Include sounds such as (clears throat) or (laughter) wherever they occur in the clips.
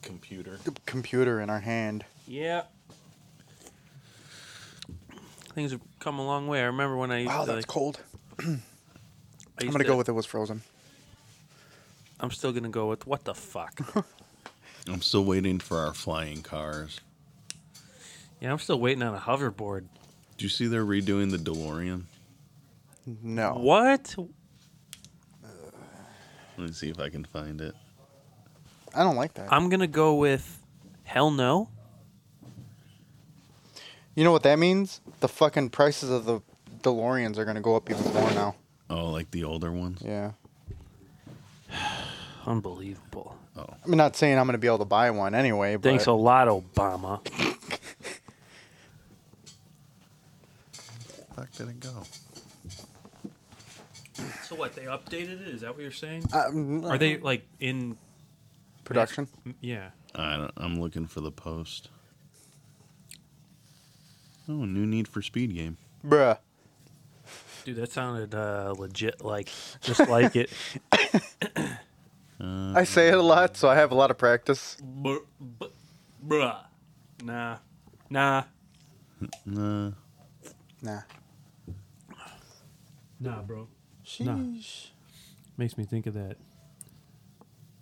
computer. the computer in our hand. Yeah. Things have come a long way. I remember when I used Wow, to. that's like, cold. I I'm used gonna go to- with it was frozen. I'm still gonna go with what the fuck. (laughs) I'm still waiting for our flying cars. yeah, I'm still waiting on a hoverboard. Do you see they're redoing the DeLorean? No. What? Let me see if I can find it. I don't like that. I'm gonna go with hell no. you know what that means? The fucking prices of the DeLoreans are gonna go up even more now. Oh, like the older ones? Yeah. Unbelievable. Oh. I'm not saying I'm gonna be able to buy one anyway, but Thanks a lot, Obama. Fuck did it go? So what? They updated it? Is that what you're saying? Um, Are they like in? production? Yeah. I don't, I'm looking for the post. Oh, new Need for Speed game. Bruh. Dude, that sounded uh, legit. Like just like (laughs) it. Uh, I say it a lot, so I have a lot of practice. Br- br- bruh. Nah. Nah. nah. Nah. Nah, bro. Sheesh. Makes me think of that.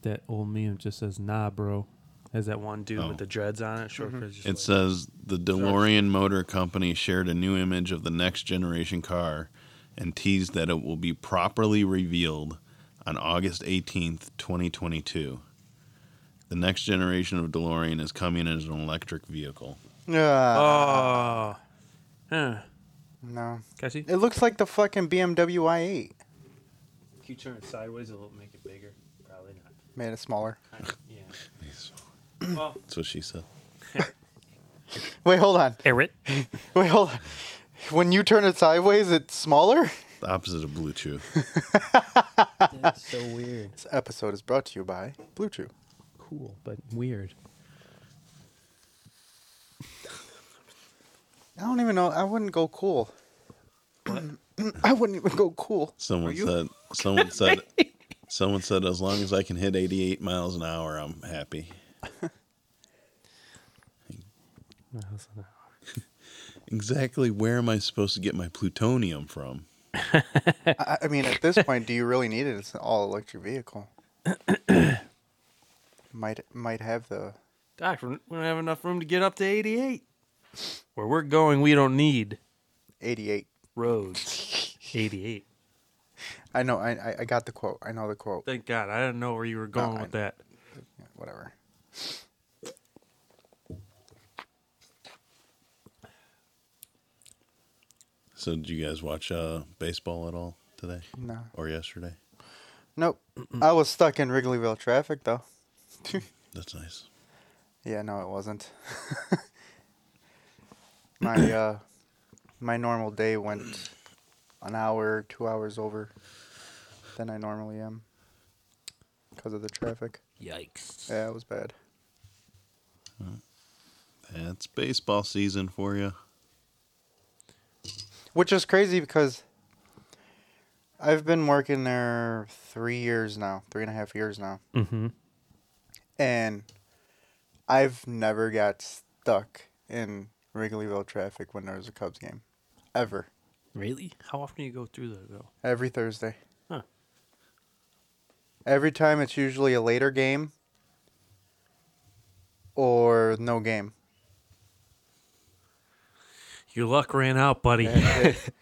That old meme just says nah, bro. Has that one dude Oh. with the dreads on it? Short hair, just It says the DeLorean Motor Company shared a new image of the next generation car and teased that it will be properly revealed on August 18th, 2022. The next generation of DeLorean is coming as an electric vehicle. Yeah. Oh. Huh. no. Cassie? It looks like the fucking BMW i8. If you turn it sideways, it'll make it bigger. Probably not. Made it smaller. Yeah. That's (coughs) Well, what she said. Wait, hold on. Eric. Wait, hold on. When you turn it sideways, it's smaller? The opposite of Bluetooth. That's so weird. This episode is brought to you by Blue Chew. Cool, but weird. I don't even know. I wouldn't go cool. (clears throat) I wouldn't even go cool. Someone you- said. Someone said. Someone said, as long as I can hit 88 miles an hour, I'm happy. Exactly where am I supposed to get my plutonium from? I, I mean, at this point, do you really need it? It's an all electric (clears throat) vehicle. might might have the. Doc, we don't have enough room to get up to 88. Where we're going, we don't need 88. (laughs) roads. 88. I know. I, I- I got the quote. I know the quote. Thank God. I didn't know where you were going I- with that. Yeah, whatever. So, did you guys watch uh, baseball at all today No. or yesterday? Nope. I was stuck in Wrigleyville traffic, though. That's nice. Yeah, no, it wasn't. (laughs) my uh, my normal day went an hour, two hours over than I normally am because of the traffic. Yikes. Yeah, it was bad. That's baseball season for you. Which is crazy because I've been working there three years now, three and a half years now, Mm-hmm. and I've never got stuck in Wrigleyville traffic when there was a Cubs game, ever. Really? How often do you go through there, though? Every Thursday. Huh. Every time it's usually a later game or no game. Your luck ran out, buddy.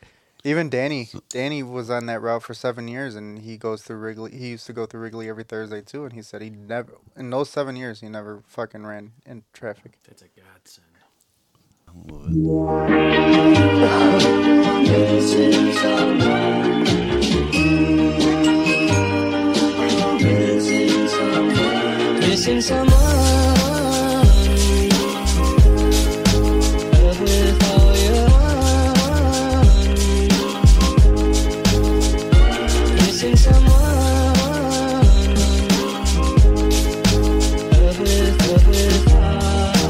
(laughs) Even Danny, Danny was on that route for seven years, and he goes through Wrigley. He used to go through Wrigley every Thursday too, and he said he never, in those seven years, he never fucking ran in traffic. That's a godsend. I love it. Missing someone with all your heart. Missing someone with all your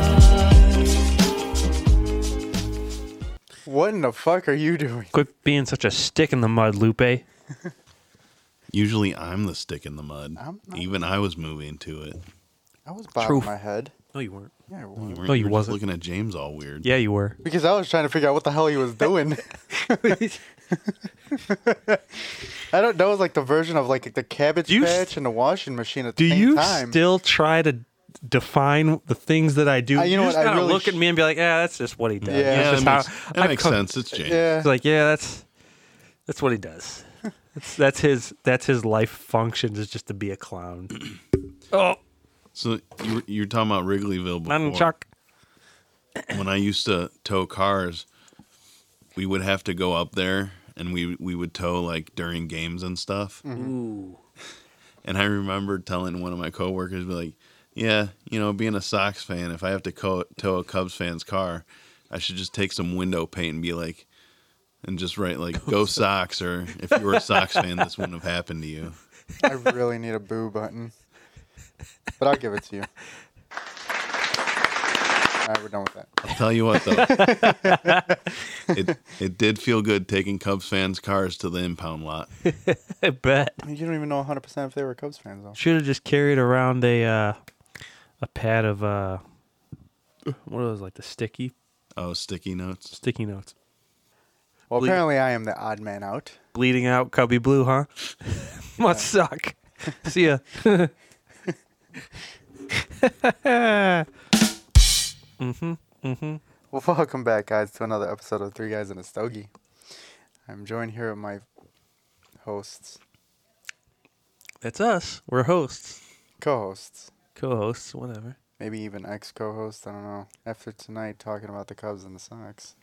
heart. What in the fuck are you doing? Quit being such a stick in the mud, Lupe. Usually, I'm the stick in the mud. I'm not- Even I was moving to it. I was bobbing Truth. my head. No, you weren't. Yeah, I was. weren't- No, Oh, you were just wasn't. Looking at James all weird. Yeah, you were. Because I was trying to figure out what the hell he was doing. (laughs) I don't know. It's like the version of like the cabbage Do you patch st- and the washing machine at Do the same you time. still try to define the things that I do? Uh, you know just what, I gotta really look at sh- me and be like, yeah, that's just what he does. Yeah, Yeah, That's that just makes, how- that I've makes come- sense. It's James. yeah. It's like, yeah, that's that's what (laughs) he does. That's, that's his that's his life function is just to be a (clears throat) clown. oh, So you were, you were talking about Wrigleyville before. I'm Chuck. When I used to tow cars, we would have to go up there and we we would tow like during games and stuff. Ooh. And I remember telling one of my coworkers, be like, yeah, you know, being a Sox fan, if I have to co- tow a Cubs fan's car, I should just take some window paint and be like, and just write like, go Sox, or if you were a Sox fan, this wouldn't have happened to you. I really need a boo button. But I'll give it to you. All right, we're done with that. I'll tell you what, though. it, it did feel good taking Cubs fans' cars to the impound lot. (laughs) I bet. I mean, You don't even know 100% if they were Cubs fans, though. Should have just carried around a uh, a pad of uh, what are those like the sticky Oh, sticky notes. sticky notes? Well, Believe- apparently I am the odd man out. Bleeding out cubby blue, huh? (laughs) Must suck. See (laughs) ya. Well, (laughs) welcome back, guys, to another episode of Three Guys and a Stogie. I'm joined here with my hosts, That's us. We're hosts, co-hosts, co-hosts, whatever. maybe even ex-co-host. I don't know. After tonight, talking about the Cubs and the Sox.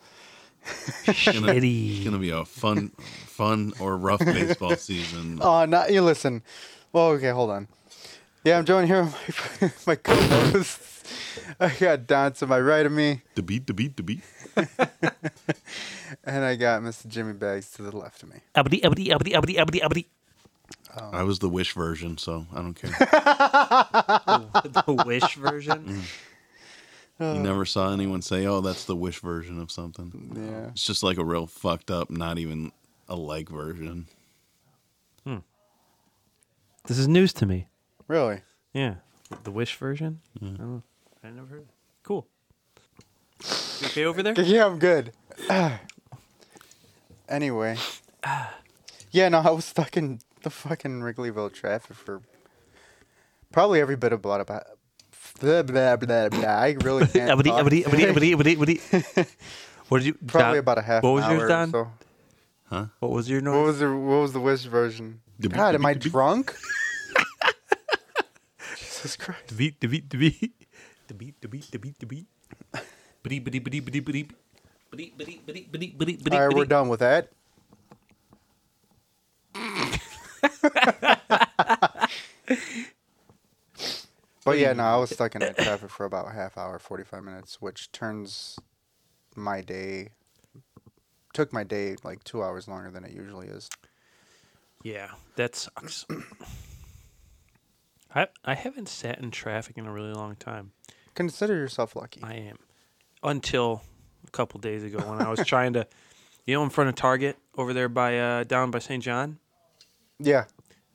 It's Shitty. gonna be a fun, fun or rough baseball season. Oh, not you. Listen. Well, okay, hold on. Yeah, I'm joined here with my, (laughs) my co-hosts. I got Don to my right of me, The beat, the beat, the beat. and I got Mr. Jimmy Bags to the left of me. Abdi, abdi, abdi, abdi, abdi, abdi. I was the wish version, so I don't care. the wish version. you Uh, never saw anyone say, "Oh, that's the wish version of something." Yeah. It's just like a real fucked up, not even a like version. This is news to me. Really? Yeah, the wish version. I don't. I never heard. It. Cool. You okay over there? Yeah, I'm good. (sighs) anyway. Yeah, no, I was stuck in the fucking Wrigleyville traffic for probably every bit of blood about. Blah, blah, blah, blah. I (laughs) really can't. Abdi, talk. abdi, abdi, abdi, abdi, (laughs) abdi. What did you? Probably Don- about a half What was an yours, hour. Don? Or so. What was your What noise? was the What was the wish version? The beep, God, the am I beep, the beep. drunk? Jesus Christ! The beat, the beat, the beat, the beat, the beat, the beat, the beat. Bidi, bidi, bidi, bidi, bidi, bidi, bidi, bidi, bidi, bidi, bidi. All right, we're done with that. but yeah, no, I was stuck in that traffic for about a half hour, forty five minutes, which turns my day took my day like two hours longer than it usually is. Yeah, that sucks. (clears throat) I I haven't sat in traffic in a really long time. Consider yourself lucky. I am. Until a couple days ago when I was (laughs) trying to, you know, in front of Target over there by uh down by St. John. Yeah.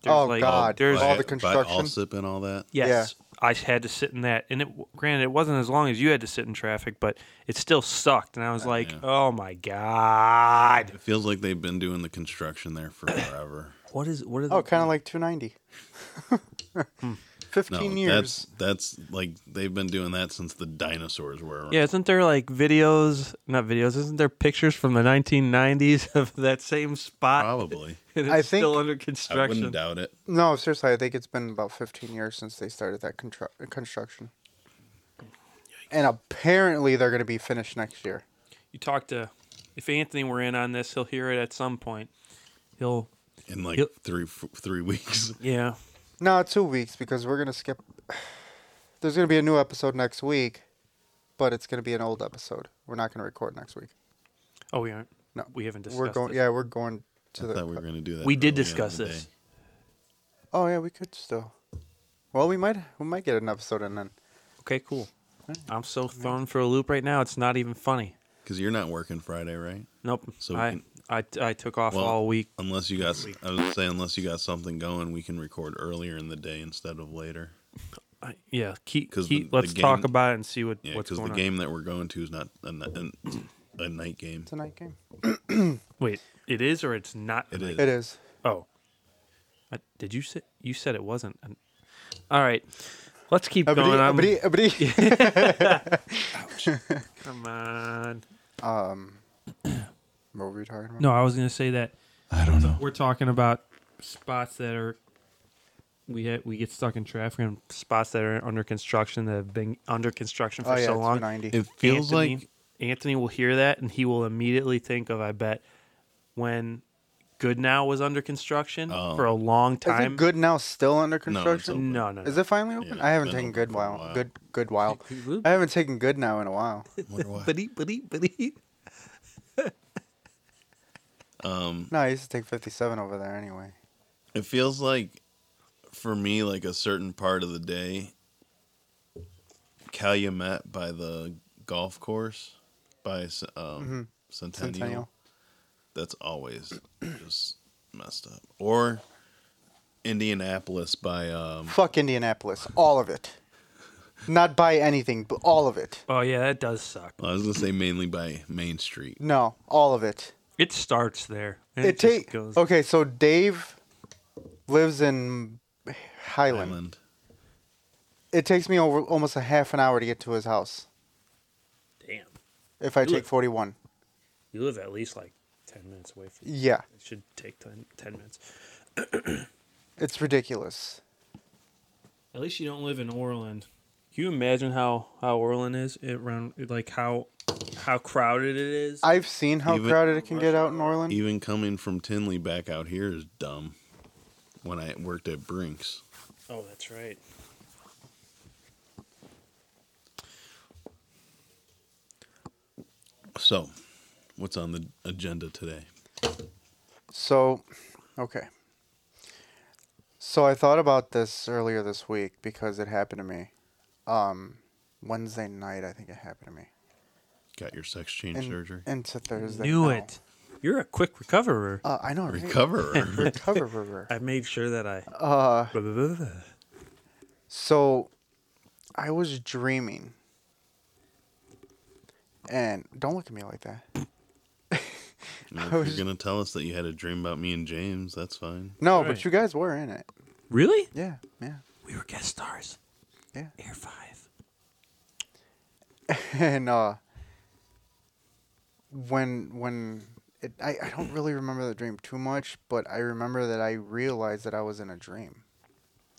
There's oh like- God! there's- all By- the by construction. Allsip and all that. Yes, I had to sit in that, and it granted it wasn't as long as you had to sit in traffic, but it still sucked. And I was like, yeah. oh my god, It feels like they've been doing the construction there for (coughs) forever. what is what is? Oh, Hmm. kind of like (laughs) 290. No, 15 years. that's that's like they've been doing that since the dinosaurs were. around. Yeah, isn't there like videos? Not videos. Isn't there pictures from the 1990s (laughs) of that same spot? (laughs) probably. And it's I still think- under I wouldn't construction. doubt it. No, seriously, I think it's been about 15 years since they started that contru- construction. And apparently they're going to be finished next year. You talk to, if Anthony were in on this, he'll hear it at some point. He'll in like Yep. three f- three (laughs) weeks. (laughs) yeah. No, two weeks because we're going to skip. (sighs) There's going to be a new episode next week, but it's going to be an old episode. We're not going to record next week. Oh, we aren't. No. we haven't discussed. We're going. this. Yeah, we're I going to the. thought we were going to do that. We early did on in discuss the this. day. Oh yeah, we could still. Well, we might we might get an episode in then. Okay, cool. I'm so thrown for a loop right now. It's not even funny. Cuz you're not working Friday, right? Nope. So So we I, can- I, I took off Well- all week. Unless you got s- I would say unless you got something going, we can record earlier in the day instead of later. I- Uh, yeah, keep, 'Cause keep the- let's the talk game- about it and see what Yeah, what's because going the on. game that we're going to is not a, n- a- a night game. It's a night game. Wait, it is or it's not. It is. It is. Oh, I, did you say you said it wasn't? an- All right, let's keep Abri, going. I'm- abri, abri. (laughs) Come on. Um, what were we talking about? No, I was gonna say that I don't know. we're talking about spots that are we ha- we get stuck in traffic and spots that are under construction that have been under construction for oh yeah, so long. 290. It feels Anthony, like Anthony will hear that and he will immediately think of I bet when Goodnow was under construction Oh. for a long is time. it good now? Still under construction? open. No, no, no. Is it finally open? Yeah, I it's haven't been taken open good for a while. while. Good good (laughs) while. I haven't taken good now in (laughs) a while. wonder why. But he, but he, but he. No, I used to take 57 over there anyway. it feels like for me like a certain part of the day calumet by the golf course by C- um, Mm-hmm. centennial, (laughs) Centennial. that's always just messed up or indianapolis by um Fuck Indianapolis, all of it. Not buy anything, but all of it. Oh yeah, that does suck. i was gonna say mainly by main street No, all of it. It starts there. and It just take okay. So Dave lives in Highland. island It takes me over almost a half an hour to get to his house Damn, if I Really? take 41. you live at least like ten minutes away from. Yeah, It should take 10, 10 minutes. it's ridiculous. At least you don't live in Orland. Can you imagine how how Orland is it around like how how crowded it is? I've seen how Even- crowded it can get out in Orland. even coming from tinley back out here is dumb when i worked at brinks oh, that's right. so what's on the agenda today So, okay. So I thought about this earlier this week because it happened to me. Um, Wednesday night, I think it happened to me. got your sex change And, surgery Into Thursday. Knew now. it. You're a quick recoverer. Uh, (laughs) I know. (laughs) right? recoverer (laughs) Recover. I made sure that I. uh, Blah, blah, blah, blah. so I was dreaming. And don't look at me like that. Well, if I was- you're gonna tell us that you had a dream about me and James, that's fine. No, Right. but you guys were in it. Really? Yeah, yeah, We were guest stars. yeah. Air Five. and uh when when it, I, I don't really remember the dream too much but i remember that i realized that i was in a dream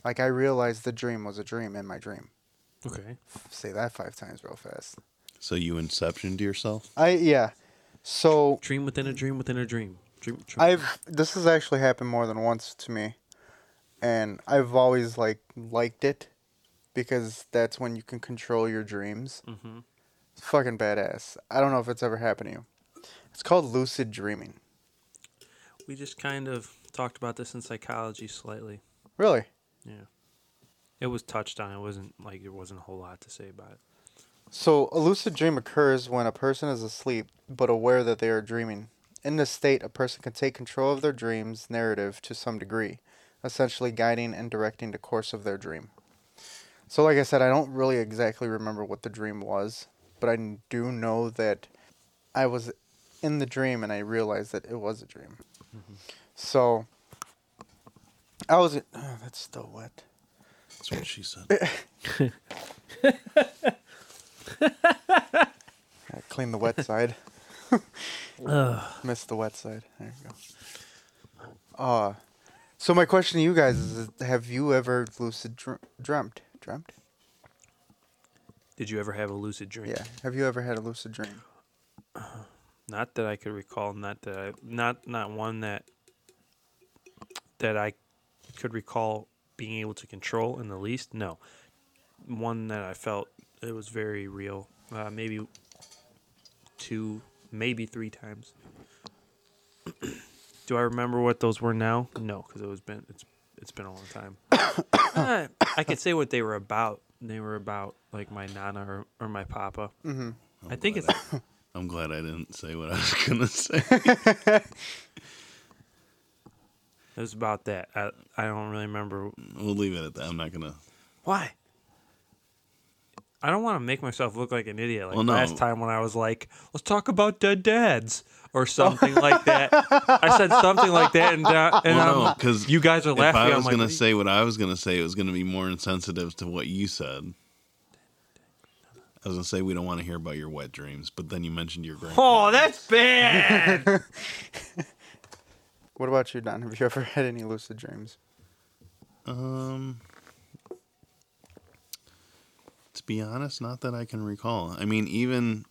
like i realized the dream was a dream in my dream Okay. say that five times real fast So you inceptioned yourself? i yeah so Dream within a dream within a dream. Dream. dream. i've this has actually happened more than once to me and i've always like liked it because that's when you can control your dreams Mm-hmm. it's fucking badass i don't know if it's ever happened to you it's called lucid dreaming We just kind of talked about this in psychology slightly. really Yeah. It was touched on. It wasn't like there wasn't a whole lot to say about it. So, a lucid dream occurs when a person is asleep but aware that they are dreaming. In this state, a person can take control of their dream's narrative to some degree, essentially guiding and directing the course of their dream. So, like I said, I don't really exactly remember what the dream was, but I do know that I was in the dream and I realized that it was a dream. So, I was. Oh, (sighs) that's still wet. That's what she (laughs) said. Gotta Uh, Clean the wet side. Ugh. Missed the wet side. There you go. Uh, so my question to you guys is: Have you ever lucid dr- dreamt? Dreamt? Did you ever have a lucid dream? Yeah. Have you ever had a lucid dream? Not that I could recall. Not that I. Not not one that. That I could recall being able to control in the least. No, one that I felt it was very real. Uh, maybe two, maybe three times. (clears throat) Do I remember what those were now? No, because it was been it's it's been a long time. Uh, (coughs) I could say what they were about. They were about like my nana or, or my papa. Mm-hmm. I think it's I'm glad I didn't say what I was (laughs) gonna say. It was about that. I, I don't really remember we'll leave it at that. I'm not gonna. why. I don't want to make myself look like an idiot like Well, no. last time when I was like, let's talk about dead dads or something like that. I said something like that, and, uh, and Well, no, I'm- 'cause you guys are If laughing. I I'm was like, gonna "What are you- say what I was gonna say, it was gonna be more insensitive to what you said. I was gonna say we don't want to hear about your wet dreams, but then you mentioned your grandpa. oh, that's (laughs) bad. What about you, Don? (laughs) Have you ever had any lucid dreams? Um, to be honest, not that I can recall. I mean, even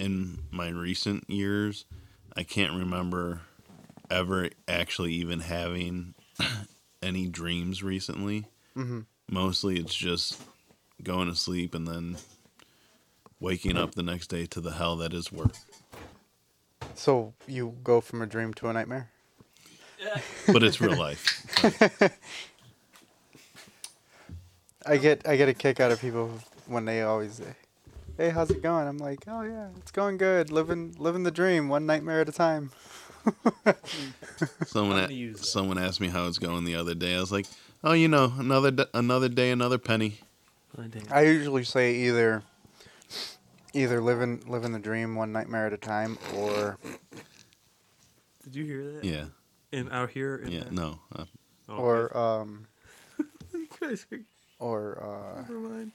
in my recent years, I can't remember ever actually even having (clears throat) any dreams recently. Mm-hmm. Mostly, it's just going to sleep and then waking up the next day to the hell that is work. So you go from a dream to a nightmare? But it's real (laughs) life. So, I get I get a kick out of people when they always say, "Hey, how's it going?" I'm like, "Oh yeah, it's going good. Living living the dream, one nightmare at a time." someone I'm gonna use a- that. someone asked me how it's going the other day. I was like, "Oh, you know, another d- another day, another penny." I usually say either either living living the dream one nightmare at a time or Did you hear that? Yeah, And out here. In yeah, that- no. Uh, Oh, or um (laughs) you guys are- or uh never mind.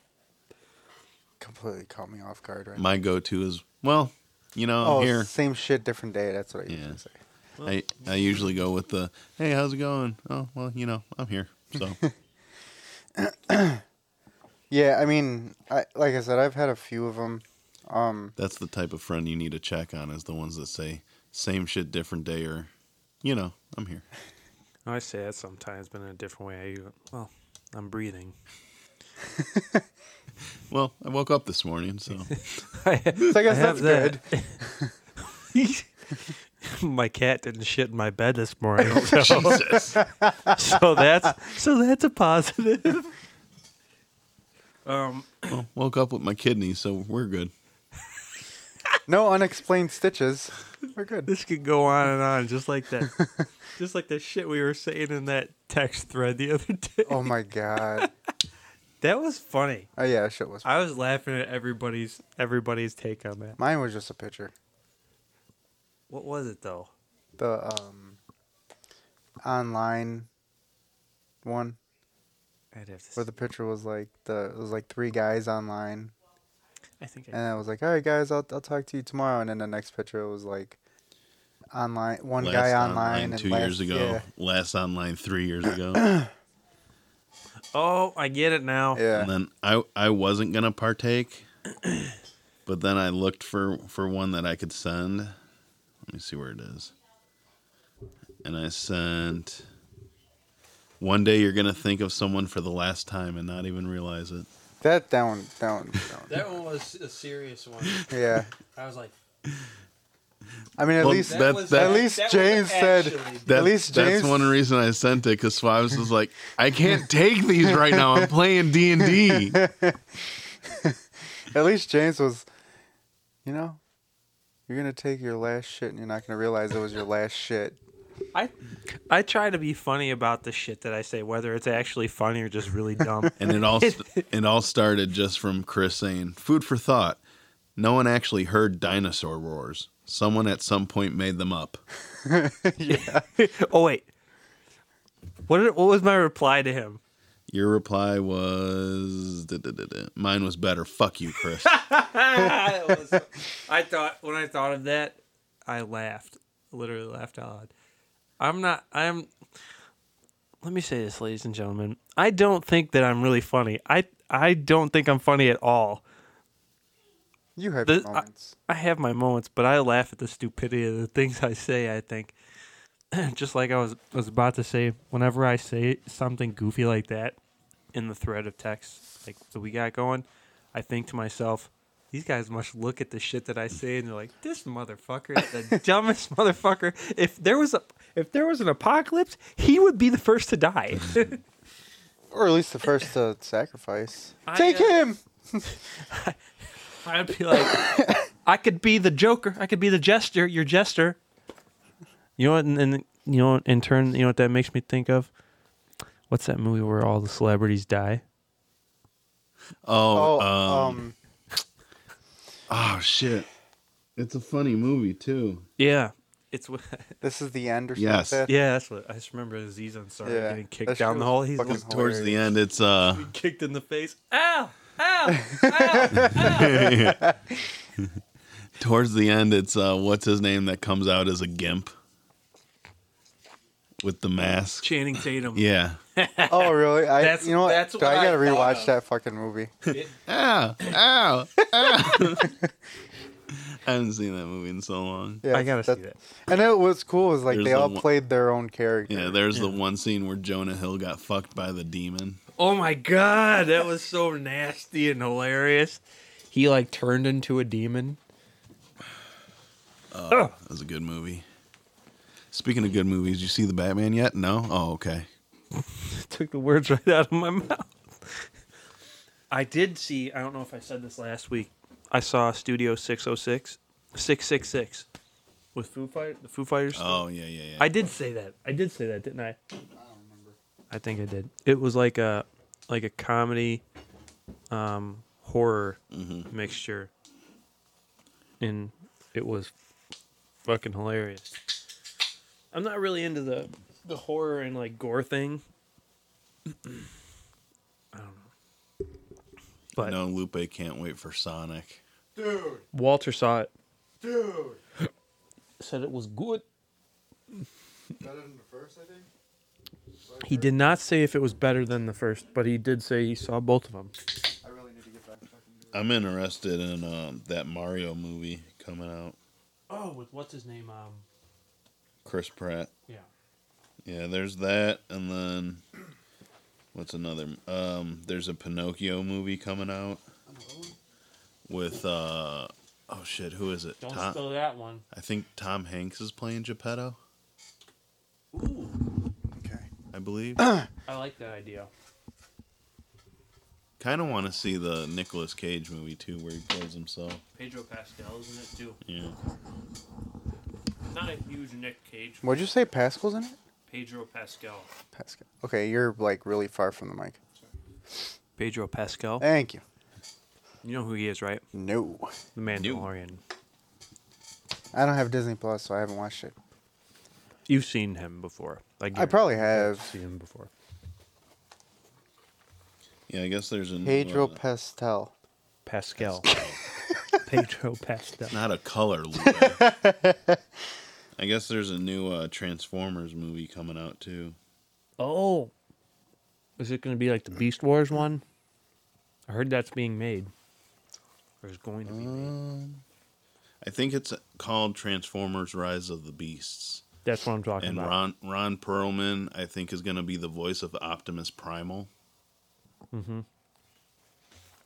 completely caught me off guard right now. my go-to is well, you know, oh, I'm here. same shit, different day. That's what I usually Yeah. say. I I usually go with the hey, how's it going? Oh, well, you know, I'm here. So (laughs) Yeah, I mean, I like I said, I've had a few of them. Um, that's the type of friend you need to check on is the ones that say same shit, different day, or you know, I'm here. I say that sometimes, but in a different way. I, well, I'm breathing. Well, I woke up this morning, (laughs) so (laughs) I so I guess have that's good. that. (laughs) my cat didn't shit in my bed this morning, so, Jesus. so that's so that's a positive. Um, Well, woke up with my kidneys, so we're good. No unexplained stitches. We're good. this could go on and on, just like that, just like the shit we were saying in that text thread the other day. Oh my god. That was funny. Oh yeah, that shit was. I was laughing at everybody's everybody's take on that. Mine was just a picture. What was it though? The um, online one I'd have to. where the picture was like the it was like three guys online, I think. and I was like, all right guys, I'll I'll talk to you tomorrow. And then the next picture was like online, one guy online, and two last- years ago, Yeah, last online three years ago, oh, I get it now. yeah. and then I I wasn't gonna (clears throat) partake, but then I looked for for one that I could send. Let me see where it is. And I sent. One day you're gonna think of someone for the last time and not even realize it. that that one that (laughs) one. That one. That one was a serious one. yeah. I was like, I mean, at Well, least that That- was, that- at least that was James said. actually- That- at least James. that's one reason I sent it because Swabs was like, I can't take these right now. I'm playing D and (laughs) D. At least James was, you know, you're gonna take your last shit and you're not gonna realize it was your last shit. I I try to be funny about the shit that I say, whether it's actually funny or just really dumb. And it all st- it all started just from Chris saying, "Food for thought." No one actually heard dinosaur roars. Someone at some point made them up. oh wait, what did, what was my reply to him? Your reply was da, da, da, da. mine was better. Fuck you, Chris. (laughs) That was- I thought when I thought of that, I laughed, literally laughed out loud. I'm not. I'm. Let me say this, ladies and gentlemen. I don't think that I'm really funny. I I don't think I'm funny at all. You have The- your moments. I have my moments, but I laugh at the stupidity of the things I say. I think, (clears throat) just like I was was about to say, whenever I say something goofy like that in the thread of text, like that we got going, I think to myself, these guys must look at the shit that I say and they're like, this motherfucker is the dumbest motherfucker. If there was a if there was an apocalypse, he would be the first to die. or at least the first to sacrifice. I, take uh, him. I'd be like, (laughs) I could be the Joker. I could be the jester. Your jester. You know, what, and, and you know, in turn, you know what that makes me think of? What's that movie where all the celebrities die? Oh, Oh, um, um, oh shit! It's a funny movie too. Yeah, it's what. this is the end or something. Yes. (laughs) Yeah, that's what I just remember. Aziz Ansari Yeah, getting kicked that down shit the was hall. He's fucking like, Towards the end, it's uh, kicked in the face. Ow! (laughs) towards the end, it's uh, what's his name that comes out as a gimp with the mask. Channing Tatum. Yeah. Oh, really? I, That's- you know what? that's Dude, what I gotta I thought rewatch of. that fucking movie. Ow! Ow! Ow! (laughs) I haven't seen that movie in so long. Yeah, I gotta see that's- that. And it was cool. Is like There's they the all one- played their own character. Yeah, there's the one scene where Jonah Hill got fucked by the demon. Oh my god, that was so nasty and hilarious. He like turned into a demon. That was a good movie. Speaking of good movies, you see the Batman yet? No? Oh, okay. Took the words (laughs) right out of my mouth. I did see. I don't know if I said this last week. I saw Studio 606, 666, with Foo Fighters. The Foo Fighters. Oh, yeah, yeah, yeah. I did say that. I did say that, didn't I? I don't remember. I think I did. It was like a like a comedy um horror Mm-hmm. mixture. And it was fucking hilarious. I'm not really into the the horror and like gore thing. I don't know. But no, Lupe can't wait for Sonic. Walter saw it. Dude. Said it was good. He did not say if it was better than the first, but he did say he saw both of them. I'm interested in um, that Mario movie coming out. Oh, with what's his name? Um, Chris Pratt. yeah. Yeah, there's that, and then what's another? Um, there's a Pinocchio movie coming out with uh, oh shit, who is it? Tom- that one. I think Tom Hanks is playing Geppetto. Okay. I believe. I like that idea. kind of want to see the Nicolas Cage movie too, where he plays himself. Pedro Pascal's in it too. Yeah. Not a huge Nick Cage. What'd you say? Pascal's in it? Pedro Pascal. Pascal. Okay, you're like really far from the mic. Pedro Pascal. Thank you. You know who he is, right? No, The Mandalorian. I don't have Disney Plus, so I haven't watched it. You've seen him before. I probably have. seen him before. Yeah, I guess there's a Pedro uh, Pastel. Pascal. (laughs) Pedro Pascal. not a color. Lupe. I guess there's a new uh, Transformers movie coming out too. Oh. Is it going to be like the Beast Wars one? I heard that's being made. Or is going to be Uh, made. I think it's called Transformers: Rise of the Beasts. That's what I'm talking And about. Ron Ron Perlman, I think, is going to be the voice of Optimus Primal.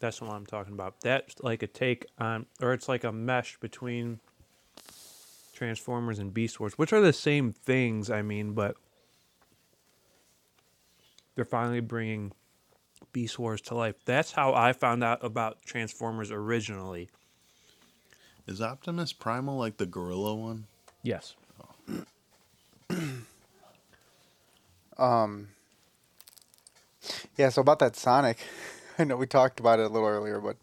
That's what I'm talking about. That's like a take on, or it's like a mesh between Transformers and Beast Wars, which are the same things, I mean, but they're finally bringing Beast Wars to life. That's how I found out about Transformers originally. Is Optimus Primal like the gorilla one? Yes. Um, Yeah. So about that Sonic, (laughs) I know we talked about it a little earlier, but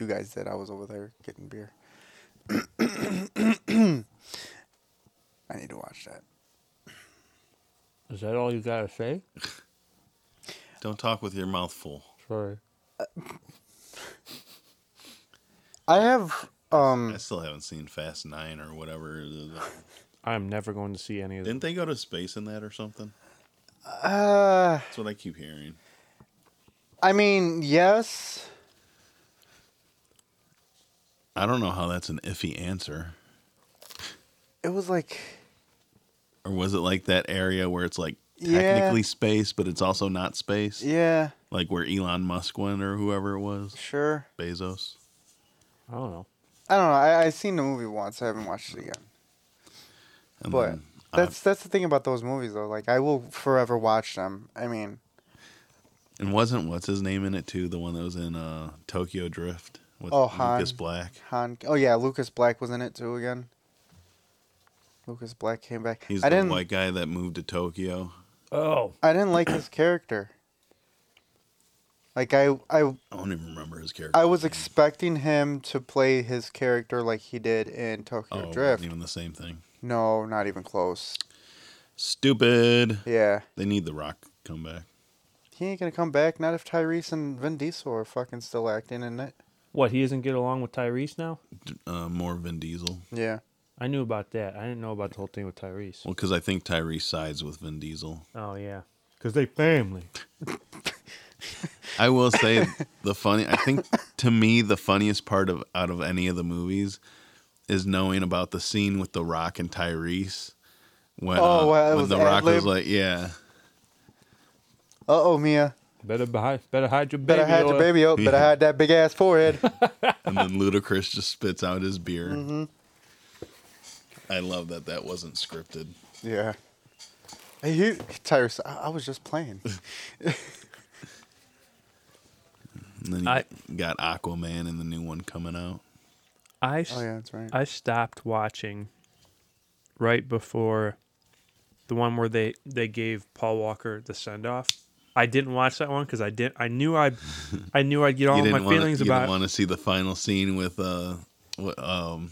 you guys did. I was over there getting beer. (clears throat) I need to watch that. Is that all you got to say? Don't talk with your mouth full. Sorry. I have um I still haven't seen Fast Nine or whatever. it (laughs) is. I'm never going to see any of them. Didn't they go to space in that or something? uh That's what I keep hearing. I mean, yes. I don't know how that's an iffy answer. It was like Or was it like that area where it's like Yeah. technically space, but it's also not space? yeah, Like where Elon Musk went or whoever it was? sure. Bezos? I don't know. I don't know. I I seen the movie once. I haven't watched it again. And But then That's that's the thing about those movies though. Like I will forever watch them. I mean, And wasn't what's his name in it too? The one that was in uh, Tokyo Drift with Oh, Lucas Han. Black. Han. Oh yeah, Lucas Black was in it too again. Lucas Black came back. He's I the didn't. white guy that moved to Tokyo. Oh. I didn't like his character. Like I I I don't even remember his character. I was expecting him to play his character like he did in oh, it Tokyo wasn't Drift. even the same thing. No, not even close. Stupid. Yeah. They need The Rock to come back. He ain't gonna come back, not if Tyrese and Vin Diesel are fucking still acting in it. What he doesn't get along with Tyrese now? Uh, more Vin Diesel. Yeah. I knew about that. I didn't know about the whole thing with Tyrese. Well, because I think Tyrese sides with Vin Diesel. Oh yeah, because they family. I will say (laughs) the funny. I think to me the funniest part of out of any of the movies is knowing about the scene with The Rock and Tyrese. When, Oh, uh, well, it when was The Rock was ad-lib. like, "Yeah, Uh oh, Mia. Better hide, better hide your Better hide your baby up. (laughs) Better Yeah. hide that big ass forehead. and then Ludacris just spits out his beer. I love that that wasn't scripted. yeah. Hey, you, Tyrese, I, I was just (laughs) playing. Oh, And then you I- got Aquaman and the new one coming out. I Oh yeah, that's right. I stopped watching right before the one where they they gave Paul Walker the send off. I didn't watch that one because I didn't. I knew I, I knew I'd get all you my didn't wanna- feelings you about. didn't want to see the final scene with uh, what um,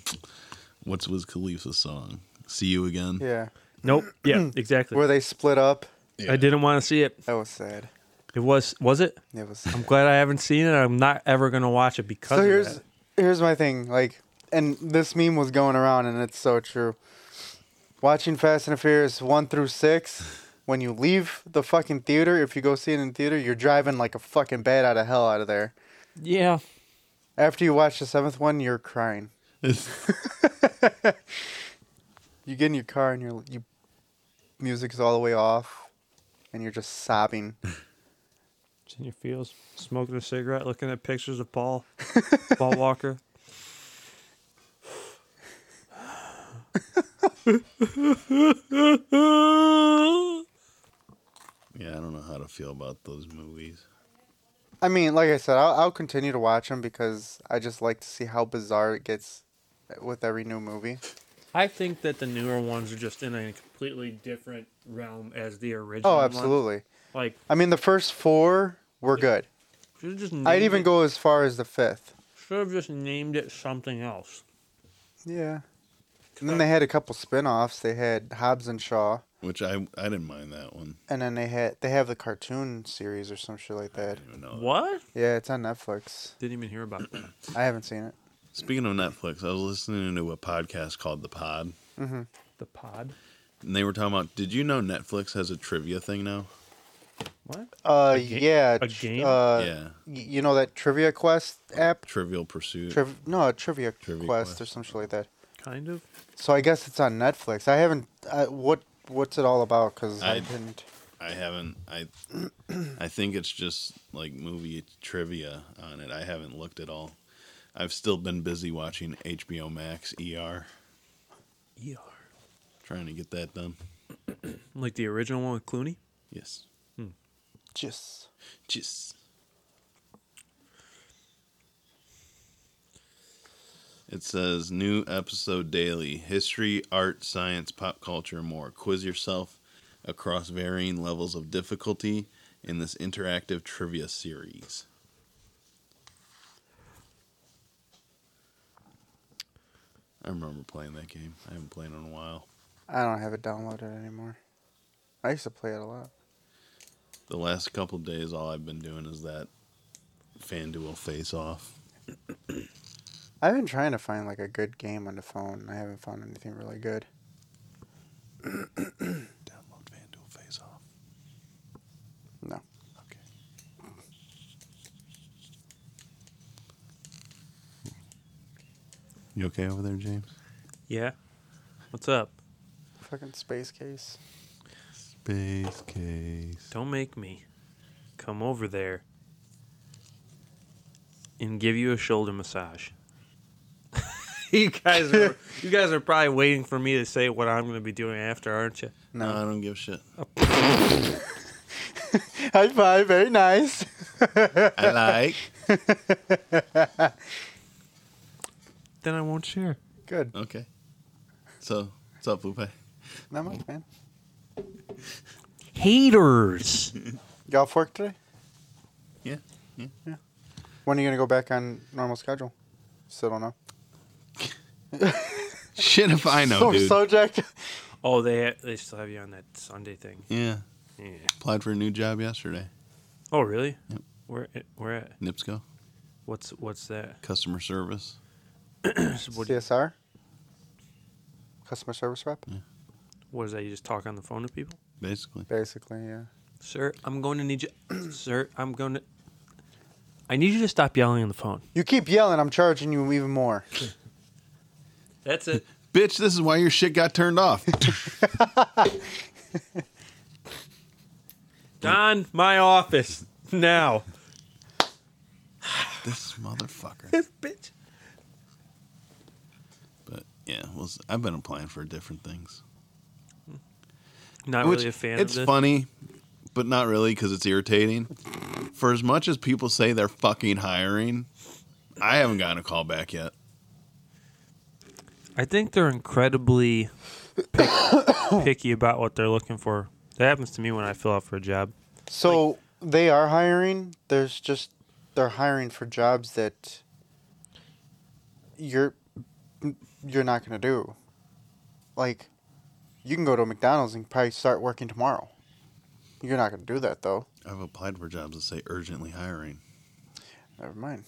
what's Wiz Khalifa's song? See you again. yeah. Nope. Yeah. Exactly. Where they split up. Yeah. (laughs) I didn't want to see it. That was sad. It was was it? It (laughs) was. I'm glad I haven't seen it. I'm not ever gonna watch it because so of here's that. here's my thing like and this meme was going around and it's so true watching fast and furious 1 through 6 when you leave the fucking theater if you go see it in theater you're driving like a fucking bat out of hell out of there Yeah. after you watch the seventh one you're crying you get in your car and your you, music's all the way off and you're just sobbing It's in your feels. Smoking a cigarette, looking at pictures of (laughs) Paul, Paul Walker. Yeah, I don't know how to feel about those movies. I mean, like I said, I'll, I'll continue to watch them because I just like to see how bizarre it gets with every new movie. I think that the newer ones are just in a completely different realm as the original. Oh, ones. absolutely. Like I mean, the first four were good. should have just. I'd named even it- go as far as the fifth. Should have just named it something else. Yeah. And then they had a couple spin-offs. They had Hobbs and Shaw, Which I I didn't mind that one. and then they had they have the cartoon series or some shit like that. I don't even know. What? Yeah, it's on Netflix. Didn't even hear about that. I haven't seen it. Speaking of Netflix, I was listening to a podcast called The Pod, the pod. and they were talking about. Did you know Netflix has a trivia thing now? What? Uh, ga- yeah. a tr- game? Uh, y- yeah, you know that Trivia Quest app? Trivial Pursuit. Triv- no, Trivia, Trivia Quest, Quest. or some shit like that. Kind of. So I guess it's on Netflix. I haven't. Uh, what What's it all about? Because I, I- didn't. I haven't. I I think it's just like movie trivia on it. I haven't looked at all. I've still been busy watching HBO Max ER, ER. trying to get that done. Like the original one with Clooney. Yes. Just. Just. It says new episode daily history, art, science, pop culture, and more. Quiz yourself across varying levels of difficulty in this interactive trivia series. I remember playing that game. I haven't played in a while. I don't have it downloaded anymore. I used to play it a lot. The last couple days, all I've been doing is that FanDuel face off. I've been trying to find like a good game on the phone. and I haven't found anything really good. Download FanDuel Face Off. No. Okay. You okay over there, James? Yeah. What's up? Fucking space case. Space case. Don't make me come over there and give you a shoulder massage. (laughs) you guys are you guys are probably waiting for me to say what I'm going to be doing after, aren't you? No, I don't give a (laughs) shit. High five. Very nice. I like. Then I won't share. (laughs) Good. Okay. So, what's up, Lupe? Not much, man. Haters. Y'all fork today? Yeah. When are you gonna go back on normal schedule? Still don't know. Shit if I (laughs) know, So dude. subject. Oh, they ha- they still have you on that Sunday thing. yeah, Yeah. applied for a new job yesterday. Oh, really? Yep. Where at- where at? Nipsco, What's what's (clears throat) that? customer service. What, CSR. Customer service rep. what is that? You just talk on the phone to people? Basically, Basically, yeah. Sir, I'm going to need you. (clears throat) Sir, I'm going to. I need you to stop yelling on the phone. You keep yelling. I'm charging you even more. That's it. bitch, this is why your shit got turned off. Don, my office now. (laughs) (laughs) this motherfucker. Bitch. But yeah, well, s- I've been applying for different things. Not Which really a fan it's of this. funny, but not really because it's irritating. For as much as people say they're fucking hiring, I haven't gotten a call back yet. I think they're incredibly (coughs) pick, picky about what they're looking for. That happens to me when I fill out for a job. So they are hiring. There's just they're hiring for jobs that you're you're not gonna do. Like you can go to a McDonald's and probably start working tomorrow. You're not gonna do that though. I've applied for jobs that say urgently hiring. Never mind.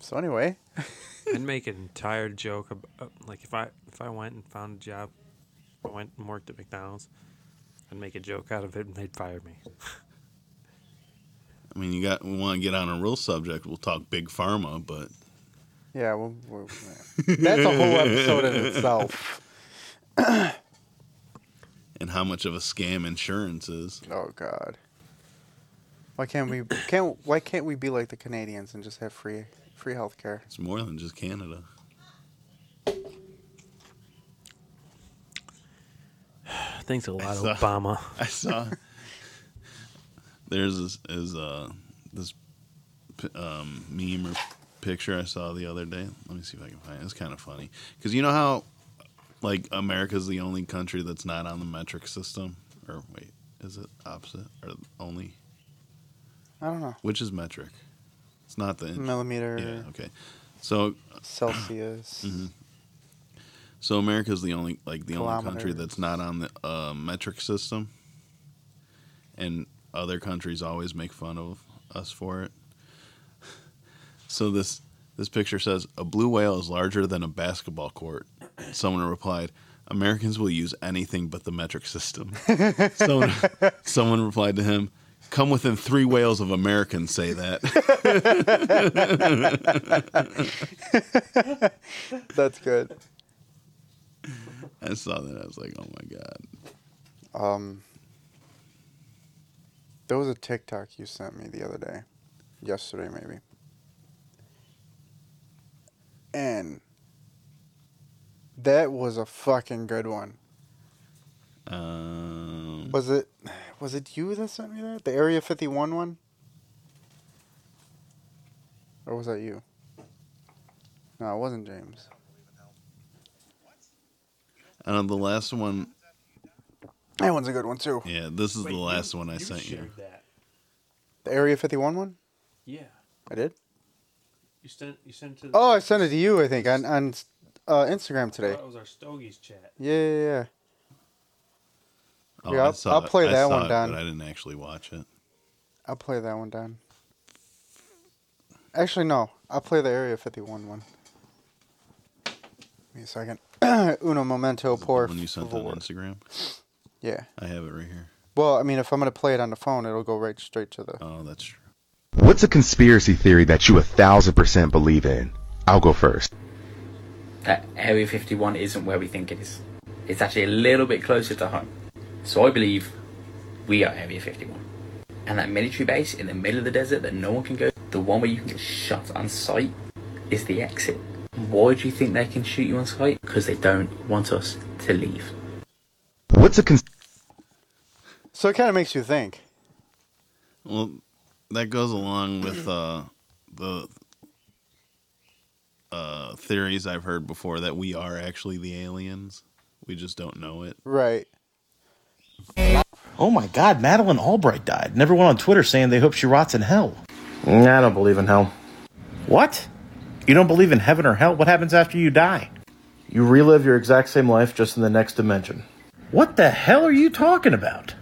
so anyway, I'd make an entire joke about like if I if I went and found a job, I went and worked at McDonald's, I'd make a joke out of it and they'd fire me. I mean, you got we want to get on a real subject. We'll talk big pharma, but yeah, well, well, that's a whole episode in itself. and how much of a scam insurance is. Oh God. Why can't we can't why can't we be like the Canadians and just have free free healthcare? It's more than just Canada. Thanks (laughs) a lot, saw- Obama. I saw there's this is uh this p- um, meme or picture I saw the other day. Let me see if I can find it. It's kind of funny because you know how like America's the only country that's not on the metric system, or wait, is it opposite or only? I don't know. Which is metric? It's not the inch. Millimeter Yeah. Okay. So Celsius. so America's the only like the only country Kilometers. that's not on the uh, metric system, and other countries always make fun of us for it. (laughs) So this this picture says a blue whale is larger than a basketball court. Someone replied, "Americans will use anything but the metric system." someone, someone replied to him, "Come within three whales of Americans say that." (laughs) That's good. I saw that. I was like, "Oh my god." Um, there was a TikTok you sent me the other day, yesterday maybe, and that was a fucking good one. Um, Was it? Was it you that sent me that? The Area Fifty One one? Or was that you? No, it wasn't James. And on the last one, That one's a good one too. yeah, this is the last one I sent you. that. The Area Fifty One one? Yeah. I did. You sent you sent to the Oh, I sent it to you. I think on on uh, Instagram today. was our Stogies chat. Yeah, yeah, yeah. Oh, Yeah, I I'll- saw I'll it. play I that saw one it, down. But I didn't actually watch it. I'll play that one down. Actually, no. I'll play the Area 51 one. Give me a second. (clears throat) Uno momento, Is it the por one you sent that favor. on Instagram. Yeah. I have it right here. Well, I mean, if I'm going to play it on the phone, it'll go right straight to the. Oh, that's true. What's a conspiracy theory that you a thousand percent believe in? I'll go first. that Area 51 isn't where we think it is. It's actually a little bit closer to home. So I believe we are Area 51. And that military base in the middle of the desert that no one can go, the one where you can get shot on sight, is the exit. Why do you think they can shoot you on sight? Because they don't want us to leave. What's a cons- So it kind of makes you think. Well, that goes along with uh, the uh, theories I've heard before that we are actually the aliens. We just don't know it. Right. Oh my God, Madeline Albright died. And everyone on Twitter saying they hope she rots in hell. Nah, I don't believe in hell. What? You don't believe in heaven or hell? What happens after you die? You relive your exact same life just in the next dimension. What the hell are you talking about?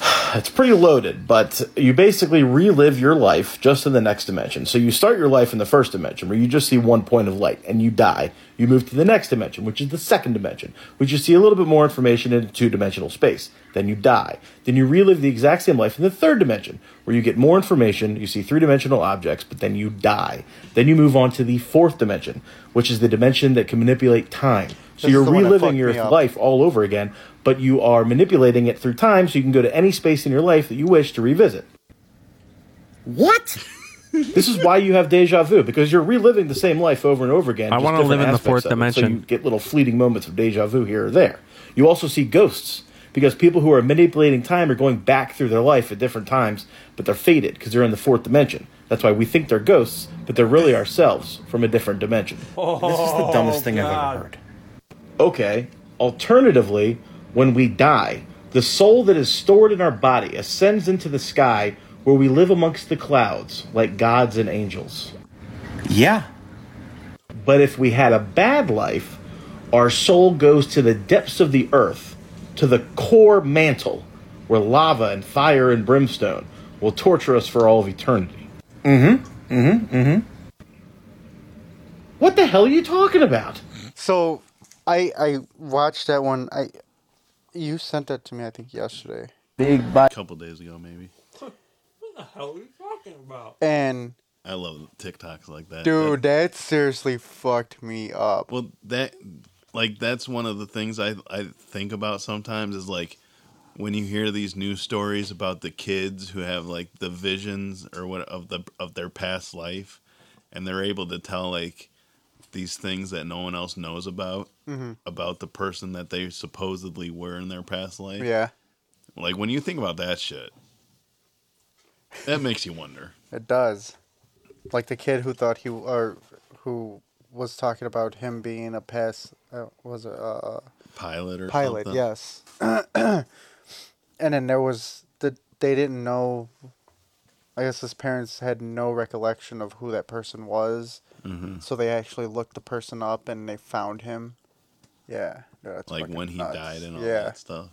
(sighs) It's pretty loaded, but you basically relive your life just in the next dimension. So you start your life in the first dimension, where you just see one point of light and you die. You move to the next dimension, which is the second dimension, which you see a little bit more information in two dimensional space. Then you die. Then you relive the exact same life in the third dimension, where you get more information, you see three dimensional objects, but then you die. Then you move on to the fourth dimension, which is the dimension that can manipulate time. So This you're is the one that reliving fucked your me up. life life all over again, but you are manipulating it through time so you can go to any space in your life that you wish to revisit. What? This is why you have deja vu, because you're reliving the same life over and over again. I just wanna different live in the aspects fourth of it, So dimension. you get little fleeting moments of deja vu here or there. You also see ghosts, because people who are manipulating time are going back through their life at different times, but they're faded because they're in the fourth dimension. That's why we think they're ghosts, but they're really ourselves from a different dimension. this is the dumbest thing I've ever heard. Okay. Alternatively, when we die, the soul that is stored in our body ascends into the sky where we live amongst the clouds like gods and angels. Yeah. But if we had a bad life, our soul goes to the depths of the earth, to the core mantle, where lava and fire and brimstone will torture us for all of eternity. Mm hmm. Mm hmm. Mm hmm. What the hell are you talking about? So I I watched that one. I you sent that to me I think yesterday. A couple days ago, maybe. And I love TikToks like that. dude, that seriously fucked me up. Well, that like that's one of the things I I think about sometimes is like when you hear these news stories about the kids who have like the visions or what of the of their past life, and they're able to tell like these things that no one else knows about Mm-hmm. about the person that they supposedly were in their past life. Yeah, Like when you think about that shit, that makes you wonder. it does. Like the kid who thought he or who was talking about him being a past uh, was it uh, Pilot or pilot? something. Yes. (clears throat) and then there was the they didn't know. I guess his parents had no recollection of who that person was, Mm-hmm. so they actually looked the person up and they found him. Yeah, no, that's Like fucking when he nuts. died and all yeah, that stuff.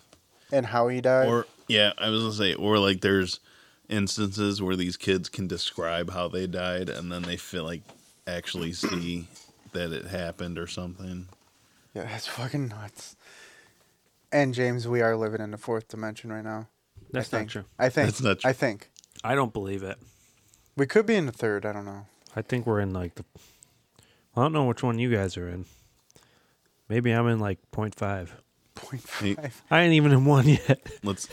and how he died. or yeah, I was gonna say, or like there's instances where these kids can describe how they died, and then they feel like actually see that it happened or something. yeah, that's fucking nuts. And James, we are living in the fourth dimension right now. That's I not think. true. I think. That's not true. I think I don't believe it. we could be in the third. I don't know. I think we're in like the. I don't know which one you guys are in. Maybe I'm in like point five. Point Hey. five. I ain't even in one (laughs) yet. (laughs) Let's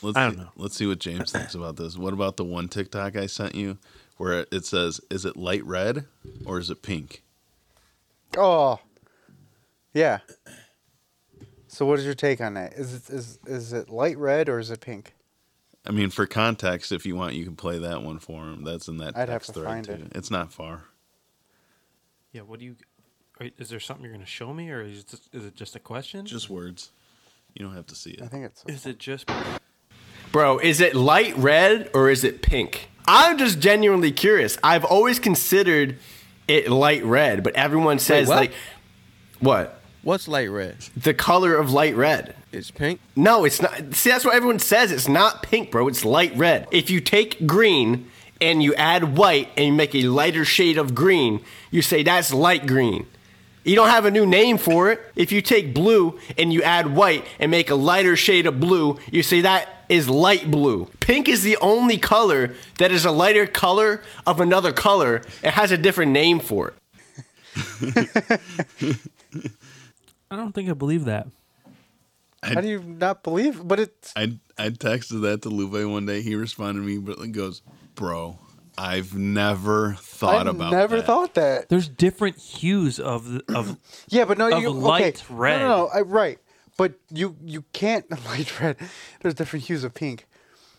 let's I don't see- know. let's see what James thinks about this. What about the one TikTok I sent you where it says, "Is it light red or is it pink?" Oh, yeah. So, what is your take on that? Is it is is it light red or is it pink? I mean, for context, if you want, you can play that one for him. That's in that I'd have text to thread find it. too. It's not far. Yeah. What do you? are- Is there something you're going to show me, or is it just, is it just a question? Just words. You don't have to see it. I think it's. is it just? Bro, is it light red or is it pink? I'm just genuinely curious. I've always considered it light red, but everyone says what? like what? What's light red? The color of light red. It's pink. No, it's not. See, that's what everyone says. It's not pink, bro. It's light red. If you take green and you add white and you make a lighter shade of green, you say that's light green. You don't have a new name for it. If you take blue and you add white and make a lighter shade of blue, you say that is light blue. Pink is the only color that is a lighter color of another color. It has a different name for it. I don't think I believe that. How do you not believe? But it's I I texted that to Luve one day. He responded to me, but he goes, "Bro, I've never thought I about never that." thought that. There's different hues of the- (clears throat) of. Yeah, but no, Of you okay. light red. No, no, no I, right. But you you can't (laughs) light red. There's different hues of pink.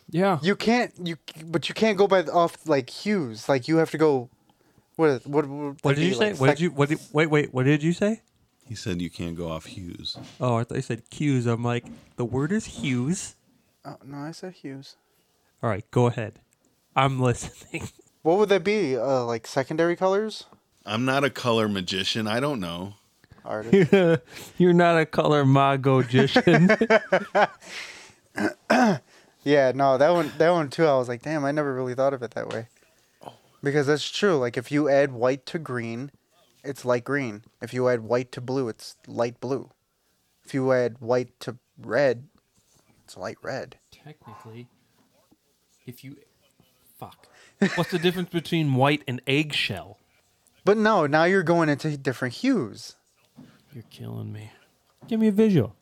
Yeah. You can't you but you can't go by the, off like hues. Like you have to go. What is- what what, what did you like, say? What sec- did you? What? Did, wait, wait. What did you say? He said you can't go off hues. Oh, I thought you said cues. I'm like, the word is hues. Oh, no, I said Hughes. All right, go ahead. I'm (laughs) listening. What would that be? Uh, like secondary colors? I'm not a color magician. I don't know. Artist. You're not a color (laughs) magogician. yeah, no, that one, that one too. I was like, damn, I never really thought of it that way. Because that's true. Like, if you add white to green, it's light green. If you add white to blue, it's light blue. If you add white to red, it's light red. Technically, if you fuck, what's the difference between white and eggshell? But no, now you're going into different hues. You're killing me. Give me a visual.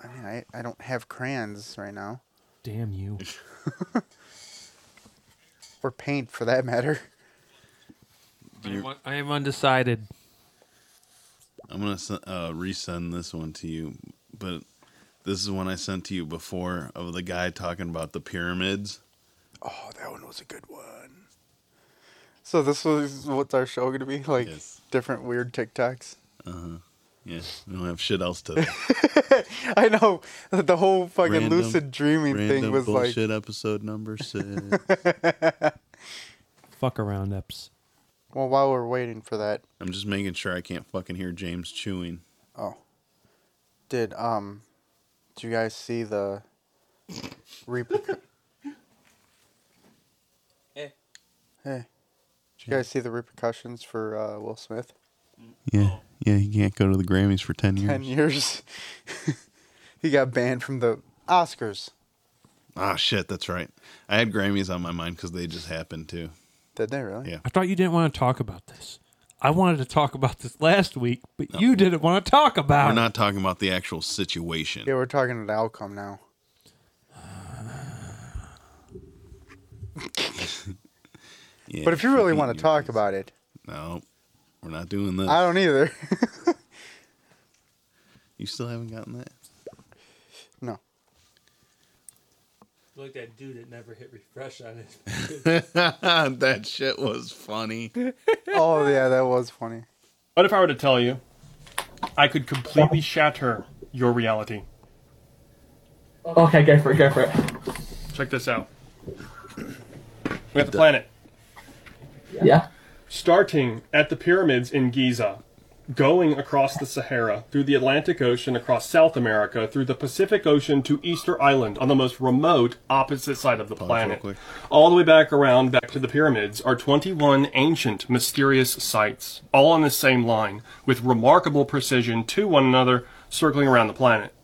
I mean, I, I don't have crayons right now, Damn you. or paint for that (laughs) matter. I'm un- I am undecided. I'm gonna sen- uh, resend this one to you, but this is one I sent to you before of the guy talking about the pyramids. Oh, that one was a good one. So this was what's our show gonna be like? Different weird TikToks. (laughs) Uh huh. Yeah, we don't have shit else to. I know the whole fucking Random- lucid dreaming thing random was like bullshit episode number (laughs) six. Fuck around ups. Well, while we're waiting for that, I'm just making sure I can't fucking hear James chewing. oh, did um, did you guys see the repercu- Hey. Hey, did you guys see the repercussions for uh, Will Smith? Yeah, yeah, he can't go to the Grammys for ten years. Ten years. (laughs) he got banned from the Oscars. Ah, shit, that's right. I had Grammys on my mind because they just happened too. Did they really? Yeah. I thought you didn't want to talk about this. I wanted to talk about this last week, but you didn't want to talk about We're it. not talking about the actual situation. Oh. Yeah, we're talking the outcome now. Yeah, but if you really fucking want to you. talk about it, no, we're not doing this. I don't either. (laughs) You still haven't gotten that. no. like that dude that never hit refresh on his that (laughs) shit was funny. Oh yeah, that was funny. What if I were to tell you I could completely shatter your reality? Okay, go for it, go for it. Check this out. We have the planet. Yeah. Starting at the pyramids in Giza, going across the Sahara, through the Atlantic Ocean, across South America, through the Pacific Ocean to Easter Island on the most remote opposite side of the planet. quick. All the way back around, back to the pyramids, are 21 ancient, mysterious sites, all on the same line, with remarkable precision to one another, circling around the planet.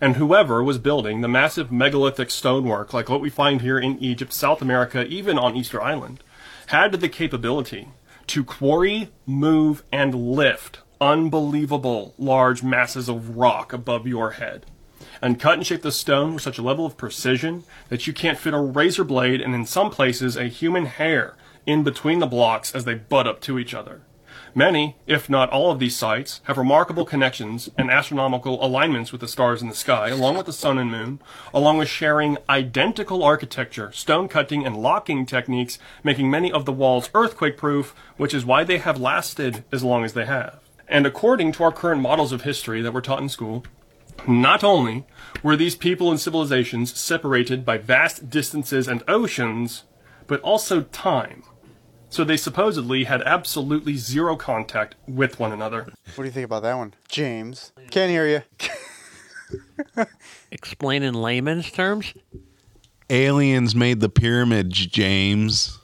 And whoever was building the massive megalithic stonework, like what we find here in Egypt, South America, even on Easter Island, had the capability to quarry, move, and lift unbelievable large masses of rock above your head and cut and shape the stone with such a level of precision that you can't fit a razor blade and in some places a human hair in between the blocks as they butt up to each other. Many, if not all of these sites, have remarkable connections and astronomical alignments with the stars in the sky, along with the sun and moon, along with sharing identical architecture, stone cutting, and locking techniques, making many of the walls earthquake proof, which is why they have lasted as long as they have. And according to our current models of history that we're taught in school, not only were these people and civilizations separated by vast distances and oceans, but also time. So they supposedly had absolutely zero contact with one another. What do you think about that one, James? Can't hear you. Explain in layman's terms. Aliens made the pyramids, James.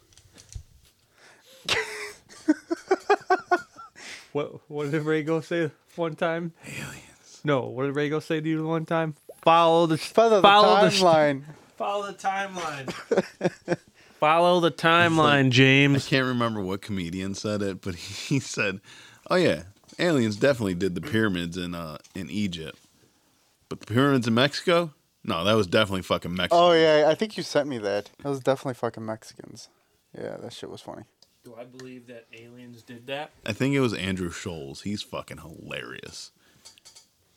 What what did Rago say one time? Aliens. No, what did Rago say to you one time? Follow the follow the timeline. follow the timeline. (laughs) Follow the timeline, James. I can't remember what comedian said it, but (laughs) he said, "Oh yeah, aliens definitely did the pyramids in uh in Egypt, but the pyramids in Mexico? No, that was definitely fucking Mexico. Oh yeah, I think you sent me that. That was definitely fucking Mexicans. Yeah, that shit was funny. Do I believe that aliens did that? I think it was Andrew Scholes. He's fucking hilarious.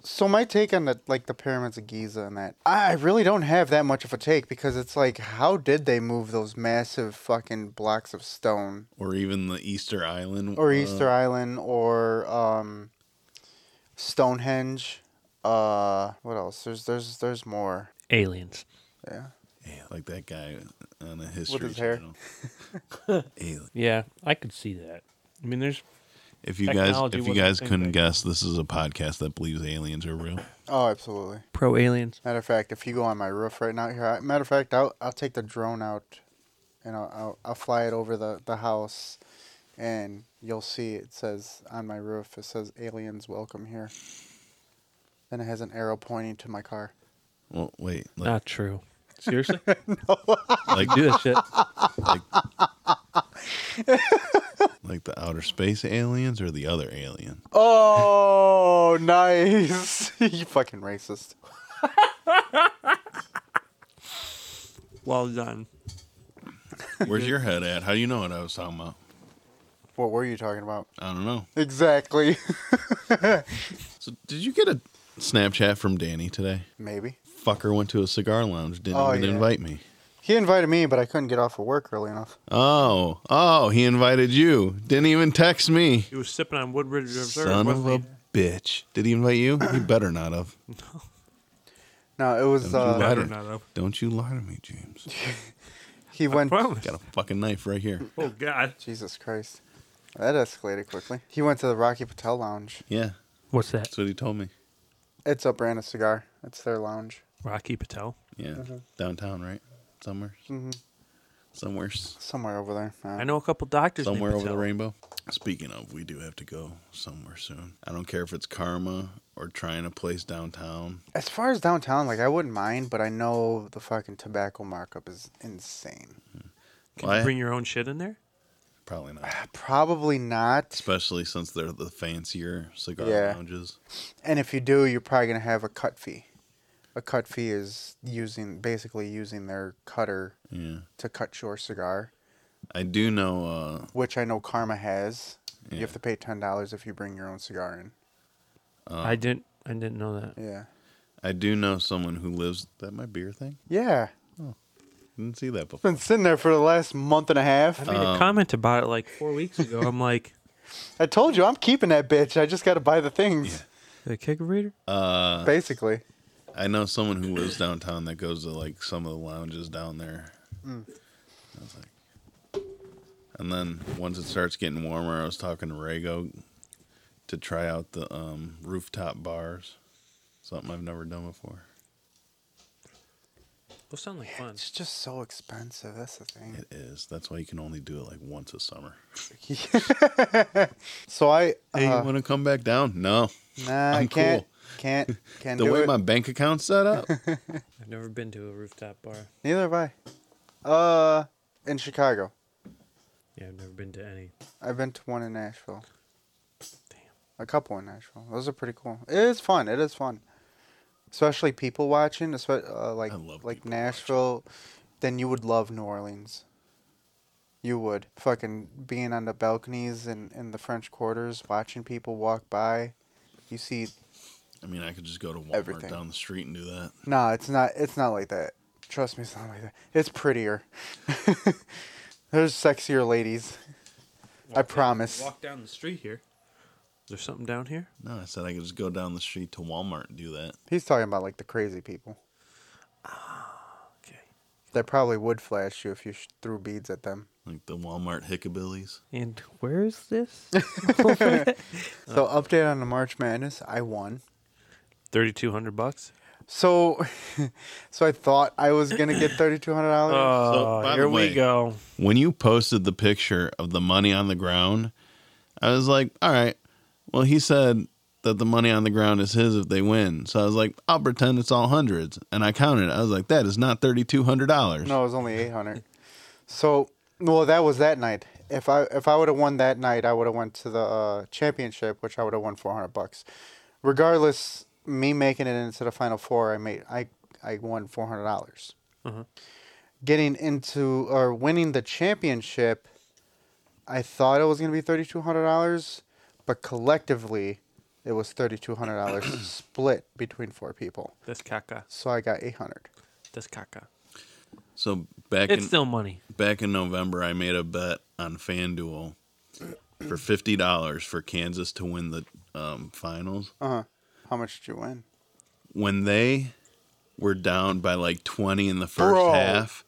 So my take on the like the pyramids of Giza and that, I I really don't have that much of a take because it's like, how did they move those massive fucking blocks of stone, Or even the Easter Island. or uh, Easter Island, or um, Stonehenge? Uh, what else? There's there's there's more. Aliens. Yeah. Yeah, like that guy on a history his hair. channel. (laughs) yeah, I could see that. I mean, there's. If you technology guys if you wasn't a guys thing couldn't back guess, this is a podcast that believes aliens are real. Oh, absolutely. Pro aliens. Matter of fact, if you go on my roof right now, here. I, matter of fact, I'll I'll take the drone out, and I'll I'll, I'll fly it over the, the house, and you'll see it says on my roof. It says aliens welcome here. Then it has an arrow pointing to my car. Well, wait. Not true. (laughs) Seriously? no. Like do that shit. Like, like the outer space aliens or the other alien? Oh, (laughs) nice! (laughs) you fucking racist. Well done. Where's your head at? How do you know what I was talking about? What were you talking about? I don't know. Exactly. (laughs) So did you get a Snapchat from Danny today? Maybe. Fucker went to a cigar lounge. Didn't Oh, even yeah. invite me. He invited me, but I couldn't get off of work early enough. Oh, oh, he invited you. Didn't even text me. He was sipping on Woodbridge Reserve. Son of wasn't a bitch. Did he invite you? He better not have. No, it was. Don't you, Uh, lie to, don't you lie to me, James. he went. Got a fucking knife right here. Oh God! Jesus Christ, that escalated quickly. He went to the Rocky Patel Lounge. Yeah. What's that? That's what he told me. It's a brand of cigar. It's their lounge. he? Rocky Patel. Yeah. Mhm. Downtown, right? Somewhere. Mm-hmm. Somewhere. Somewhere over there. I know a couple doctors. named Somewhere over the Patel. rainbow. Speaking of, we do have to go somewhere soon. I don't care if it's karma or trying a place downtown. As far as downtown, like I wouldn't mind, but I know the fucking tobacco markup is insane. (sighs) Can Why? you bring your own shit in there? Probably not. Probably not. Especially since they're the fancier cigar Yeah. lounges. And if you do, you're probably gonna have a cut fee. A cut fee is using basically using their cutter Yeah. to cut your cigar, I do know uh, which I know Karma has. You have to pay ten dollars if you bring your own cigar in. I didn't. I didn't know that. Yeah. I do know someone who lives. That my beer thing. Yeah. Didn't see that It's before. been sitting there for the last month and a half. I made Um, a comment about it like four weeks ago. I'm like, I told you I'm keeping that bitch. I just got to buy the things. the kicker reader. Uh, Basically. I know someone who lives downtown that goes to like some of the lounges down there. Mm. I was like, and then once it starts getting warmer, I was talking to Rago to try out the um, rooftop bars, something I've never done before. Those sound like fun. It's just so expensive. That's the thing. It is. That's why you can only do it like once a summer. (laughs) so I. Hey, uh, you want to come back down? No. Nah, I I'm can't. cool. Can't. Can't the do way it. my bank account's set up. I've never been to a rooftop bar. Neither have I. Uh, in Chicago, Yeah, I've never been to any. I've been to one in Nashville. Damn. A couple in Nashville. Those are pretty cool. It is fun. It is fun. Especially people watching, especially uh, like like Nashville. Then you would love New Orleans. You would fucking being on the balconies and in the French quarters, watching people walk by. You see I mean, I could just go to Walmart Everything. down the street and do that. No, it's not. It's not like that. Trust me, it's not like that. It's prettier. (laughs) There's sexier ladies. I promise. Walk down the street here. Is there something down here? No, I said I could just go down the street to Walmart and do that. He's talking about like the crazy people. okay. That probably would flash you if you sh- threw beads at them. Like the Walmart hickabillies. And where is this? So update on the March Madness. I won. Thirty-two hundred bucks. So, (laughs) so I thought I was gonna get thirty two hundred dollars. Oh, by the here we way- go. When you posted the picture of the money on the ground, I was like, all right, well, he said that the money on the ground is his if they win. So I was like, I'll pretend it's all hundreds. And I counted. it. I was like, that is not $3,200. No, it was only eight hundred. So, well, that was that night. If I if I would have won that night, I would have went to the uh, championship, which I would have won four hundred bucks. Regardless, me making it into the final four, I made I I won four hundred dollars. Uh-huh. Getting into or winning the championship, I thought it was gonna be thirty two hundred dollars, but collectively, it was thirty two hundred dollars split between four people. That's caca. So I got eight hundred. That's caca. So back It's in, still money. Back in November, I made a bet on FanDuel for fifty dollars for Kansas to win the um, finals. Uh huh. How much did you win? When they were down by like 20 in the first Bro. half.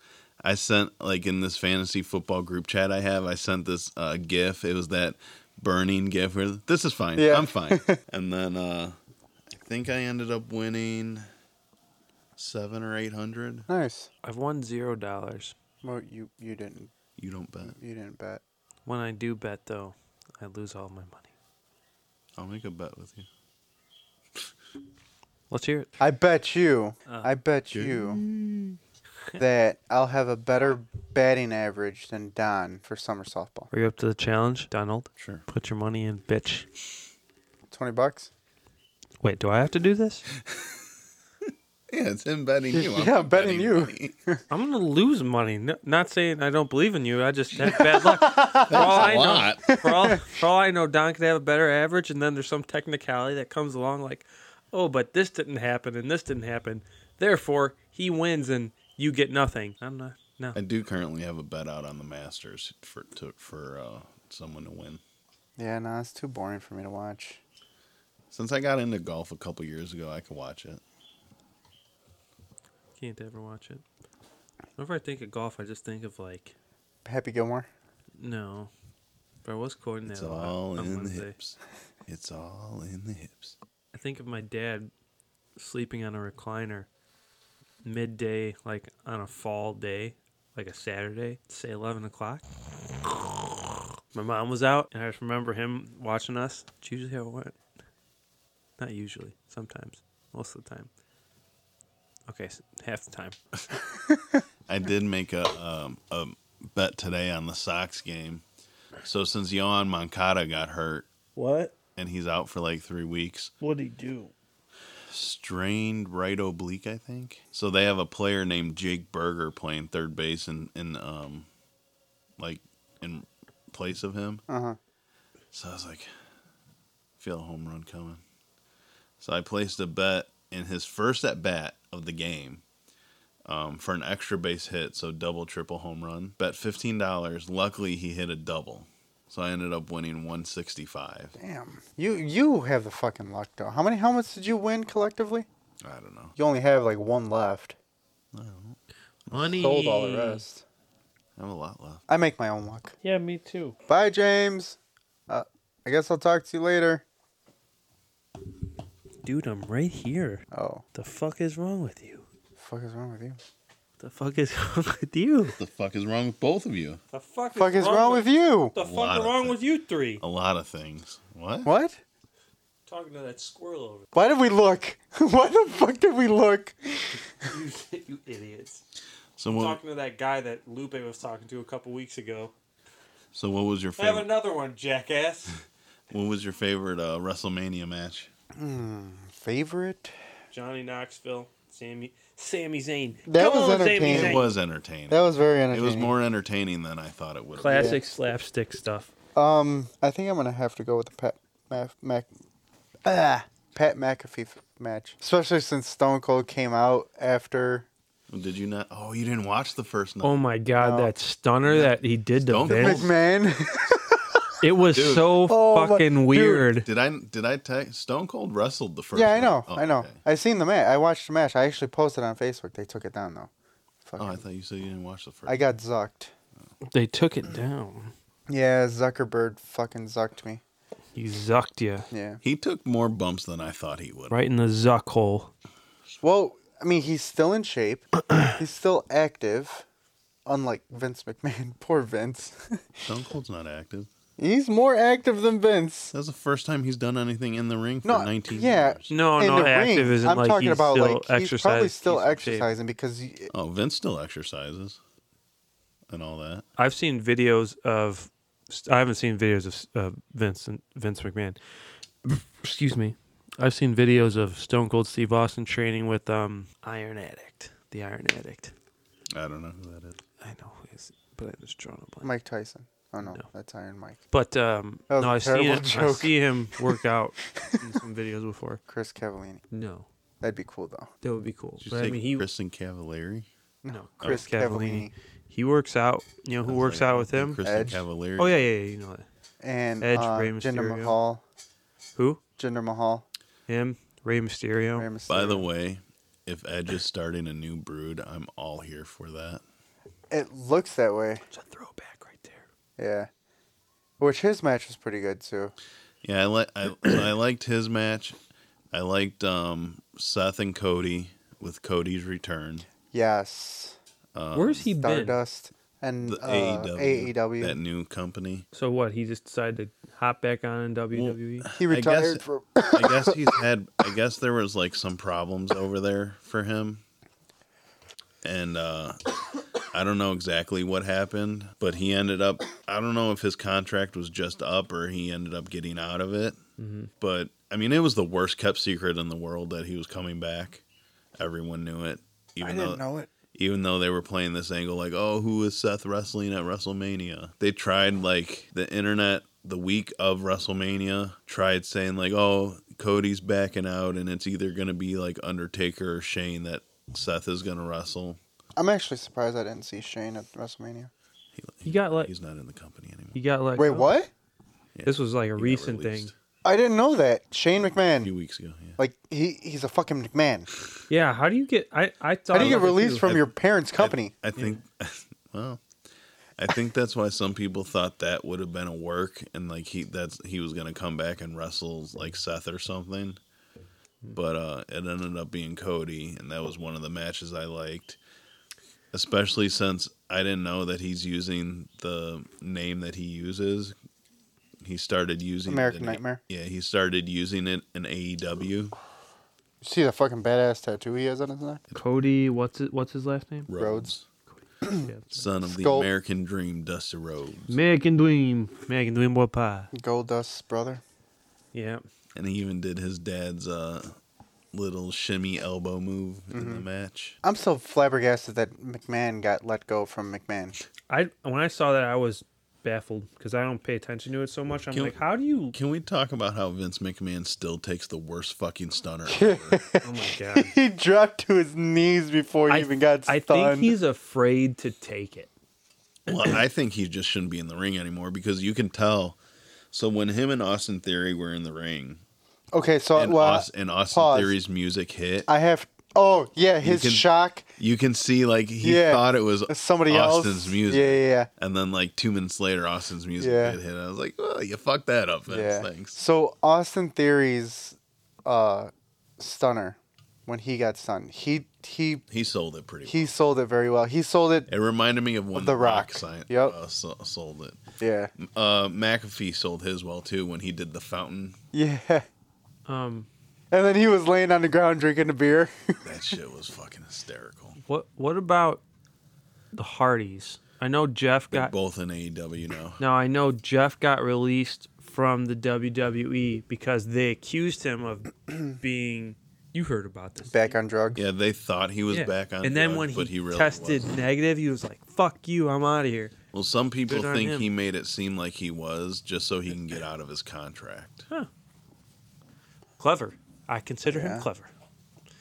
I sent like in this fantasy football group chat I have, I sent this uh, GIF. It was that burning GIF where this is fine. Yeah. I'm (laughs) fine. and then uh, I think I ended up winning seven or eight hundred. Nice. I've won zero dollars. Well, you you didn't. You don't bet. You didn't bet. When I do bet, though, I lose all my money. I'll make a bet with you. Let's hear it. I bet you. Uh, I bet good. you that I'll have a better batting average than Don for summer softball. Are you up to the challenge, Donald? Sure. Put your money in, bitch. Twenty bucks. Wait, do I have to do this? (laughs) Yeah, it's him betting (laughs) you. yeah, I'm betting you. (laughs) I'm gonna lose money. No, not saying I don't believe in you. I just have bad luck. for all a I know, lot. for all, for all I know, Don could have a better average, and then there's some technicality that comes along, like, oh, but this didn't happen and this didn't happen, therefore he wins and you get nothing. I'm not. No. I do currently have a bet out on the Masters for to, for uh, someone to win. Yeah, no, it's too boring for me to watch. Since I got into golf a couple years ago, I could watch it. Can't ever watch it. Whenever I think of golf, I just think of like, Happy Gilmore. no. But I was quoting that It's a lot all Oh, on in the Wednesday. hips. It's all in the hips. I think of my dad sleeping on a recliner midday, like on a fall day, like a Saturday, say 11 o'clock. My mom was out, and I just remember him watching us. It's usually how it went. Not usually, sometimes, most of the time. Okay, s- half the time. I did make a um, a bet today on the Sox game. So since Yohan Moncada got hurt, What? and he's out for like three weeks, What'd he do? strained right oblique, I think. So they have a player named Jake Berger playing third base in, in um, like in place of him. Uh Uh-huh. huh. So I was like, feel a home run coming. So I placed a bet in his first at bat of the game um, for an extra base hit, so double, triple home run. Bet fifteen dollars. Luckily, he hit a double, so I ended up winning one sixty five. Damn. You you have the fucking luck though. How many helmets did you win collectively? I don't know. You only have like one left. Money. Sold all the rest. I have a lot left. I make my own luck. Yeah, me too. Bye, James. Uh, I guess I'll talk to you later. Dude, I'm right here. Oh. The fuck is wrong with you? fuck is wrong with you? The fuck is (laughs) wrong with you? The fuck is wrong with both of you? The fuck, Fuck is wrong with you? A The lot fuck is of wrong with you three? A lot of things. What? What? Talking to that squirrel over Why did we look? (laughs) Why the fuck did we look? you, you idiots. So what? Talking to that guy that Lupe was talking to a couple weeks ago. So what was your Have favorite? another one, jackass. What was your favorite uh, WrestleMania match? Hmm, favorite? Johnny Knoxville, Sammy, Sammy Zayn. That Come was on, Sammy entertaining. Zayn. It was entertaining. That was very It was entertaining. more entertaining than I thought it would. Classic slapstick stuff. Um, I think I'm gonna have to go with the Pat Mac, Mac ah, Pat McAfee f- match, especially since Stone Cold came out after. Did you not? Oh, you didn't watch the first night. Oh my god, that stunner that he did to Oh. (laughs) Vince. Man, It was Dude. so fucking weird. Did I did I text Stone Cold wrestled the first? yeah, I night. know, Oh, I know. okay. I seen the match. I watched the match. I actually posted on Facebook. They took it down though. Oh, I thought you said you didn't watch the first. I got zucked. They took it down. Yeah, Zuckerberg fucking zucked me. He zucked you. Yeah. He took more bumps than I thought he would. Right in the zuck hole. Well, I mean, he's still in shape. (clears throat) he's still active, unlike Vince McMahon. (laughs) Poor Vince. Stone Cold's not active. he's more active than Vince. That's the first time he's done anything in the ring for No, 19 yeah. years. No, in no, the active ring. isn't I'm like talking he's about still like he's probably exercised, still he's in shape. exercising because he, Oh, Vince still exercises and all that. I've seen videos of. I haven't seen videos of uh, Vince and Vince McMahon. Excuse me. I've seen videos of Stone Cold Steve Austin training with um Iron Addict, the Iron Addict. I don't know who that is. I know who he is, but I just drawn a blank. Mike Tyson. Oh no, that's Iron Mike. But um, That was no, a I see terrible him. I joke. see him (laughs) work out in some videos before. Chris Cavallini. No, that'd be cool though. That would be cool. Did you But I say mean, he Kristen Cavallari? no Oh. Chris Cavallini. He works out. You know who works out with him? Kristen Edge. Cavallari. Oh yeah, yeah, yeah, you know that. And Edge, uh, Rey Jinder Mysterio. Mahal. Who? Jinder Mahal. Him, Rey Mysterio. By the way, if Edge is starting a new brood, I'm all here for that. It looks that way. It's a throwback right there. Yeah. Which his match was pretty good too. Yeah, I like I, I liked his match. I liked um, Seth and Cody with Cody's return. Yes. Uh, Um, Stardust and The uh, AEW, AEW. that new company. So what? He just decided to hop back on in E? WWE. I guess- I guess he's had. I guess there was like some problems over there for him, and uh, I don't know exactly what happened, but he ended up. I don't know if his contract was just up or he ended up getting out of it. Mhm. But I mean, it was the worst kept secret in the world that he was coming back. Everyone knew it. Even I didn't though, know it. Even though they were playing this angle, like, oh, who is Seth wrestling at WrestleMania? They tried, like, the internet the week of WrestleMania tried saying, like, oh, Cody's backing out, and it's either going to be, like, Undertaker or Shane that Seth is going to wrestle. I'm actually surprised I didn't see Shane at WrestleMania. He got let. He's not in the company anymore. He got let. Wait, go. what? This was like a recent thing. I didn't know that Shane McMahon. A few weeks ago, yeah. Like he, he's a fucking McMahon. Yeah. How do you get? I I thought. How do you I get looked at released from your parents' company? I think, (laughs) well, I think that's why some people thought that would have been a work, and like he that's he was gonna come back and wrestle like Seth or something, Hmm. but uh, it ended up being Cody, and that was one of the matches I liked, especially since I didn't know that he's using the name that he uses. He started using American it in- Nightmare. Yeah, he started using it in E AEW. See the fucking badass tattoo he has on his neck. Cody, what's it? What's his last name? Rhodes. (clears throat) Son of the Skull. American Dream, Dusty Rhodes. Mac and Dream. Mac and Dream boy pie. Gold Dust's brother. Yeah. And he even did his dad's uh, little shimmy elbow move in the Mm-hmm. match. I'm still flabbergasted that McMahon got let go from McMahon. (laughs) I when I saw that I was baffled because I don't pay attention to it so much. I'm Can we- like, how do you? Can we talk about how Vince McMahon still takes the worst fucking (laughs) stunner ever? Oh my god. he dropped to his knees before he even got I stunned. think he's afraid to take it. well, I think he just shouldn't be in the ring anymore because you can tell. So when him and Austin Theory were in the ring, okay. So and, Uh, well, Aus- and Austin pause. Theory's music hit, I have. Oh yeah, his can- shock. you can see like he Yeah. thought it was Somebody else. Austin's music. Yeah, yeah, yeah. And then like two minutes later, Austin's music Yeah. did hit. I was like, oh, you fucked that up, Vince. yeah. Thanks. So Austin Theory's uh, stunner when he got stunned, he he He sold it pretty. he sold it very well. He sold it. It reminded me of when The Rock. sign, Yep. uh, so- sold it. Yeah. Uh, McAfee sold his well too when he did the fountain. Yeah. (laughs) Um, And then he was laying on the ground drinking a beer. That shit was fucking hysterical. What What about the Hardys? I know Jeff They're got. both in E AEW now. Now I know Jeff got released from the WWE because they accused him of (clears throat) being. You heard about this. Back on drugs. Yeah, they thought he was Yeah. back on. And then drugs, when he, but he really tested wasn't. negative, he was like, "Fuck you, I'm out of here." Well, some people Good on think him. he made it seem like he was just so he can (laughs) get out of his contract. Clever. I consider Yeah. him clever.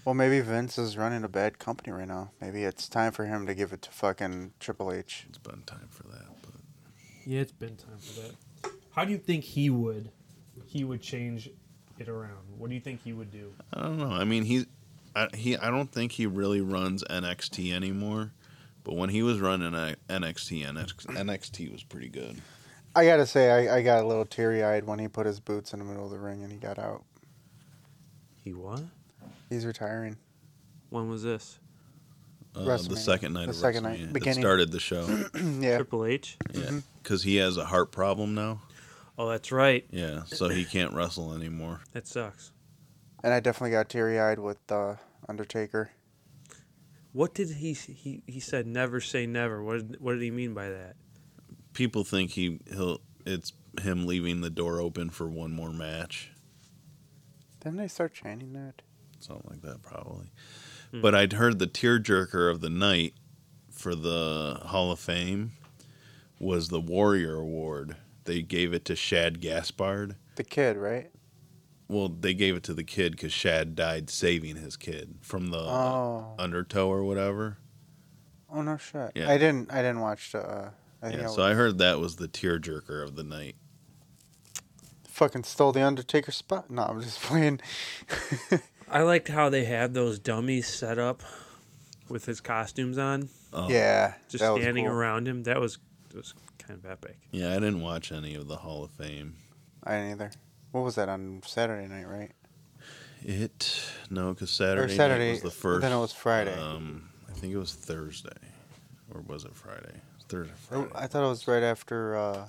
Well, maybe Vince is running a bad company right now. Maybe it's time for him to give it to fucking Triple H. It's been time for that. Yeah, it's been time for that. How do you think he would? He would change it around. What do you think he would do? I don't know. I mean, he, I, he. I don't think he really runs NXT anymore. But when he was running uh, NXT, NXT, NXT was pretty good. I gotta say, I, I got a little teary eyed when he put his boots in the middle of the ring and he got out. He what? He's retiring. When was this? Uh, the second night The of second night, WrestleMania. It beginning. Mm-hmm. started the (laughs) show. (clears throat) yeah. Triple H. Yeah, because he has a heart problem now. Oh, that's right. Yeah, so he can't wrestle anymore. That sucks. And I definitely got teary eyed with uh, Undertaker. What did he he he said? Never say never. What did, what did he mean by that? People think he he'll it's him leaving the door open for one more match, Didn't they start chanting that? something like that probably. But I'd heard the tearjerker of the night for the Hall of Fame was the Warrior Award. They gave it to Shad Gaspard. The kid, right? Well, they gave it to the kid because Shad died saving his kid from the Oh. undertow or whatever. Oh no shit. Yeah. I didn't. I didn't watch the. Uh, I think Yeah, I so I heard that was the tearjerker of the night. (laughs) fucking stole the Undertaker spot. No, I'm just playing. I liked how they had those dummies set up with his costumes on. Oh. Yeah, just that was standing cool. around him. That was that was kind of epic. Yeah, I didn't watch any of the Hall of Fame. I didn't either. What was that on Saturday night, right? It no, because Saturday, Saturday, night was the first. then it was Friday. Um, I think it was Thursday, or was it Friday? Thursday. Oh, I thought it was right after. Uh,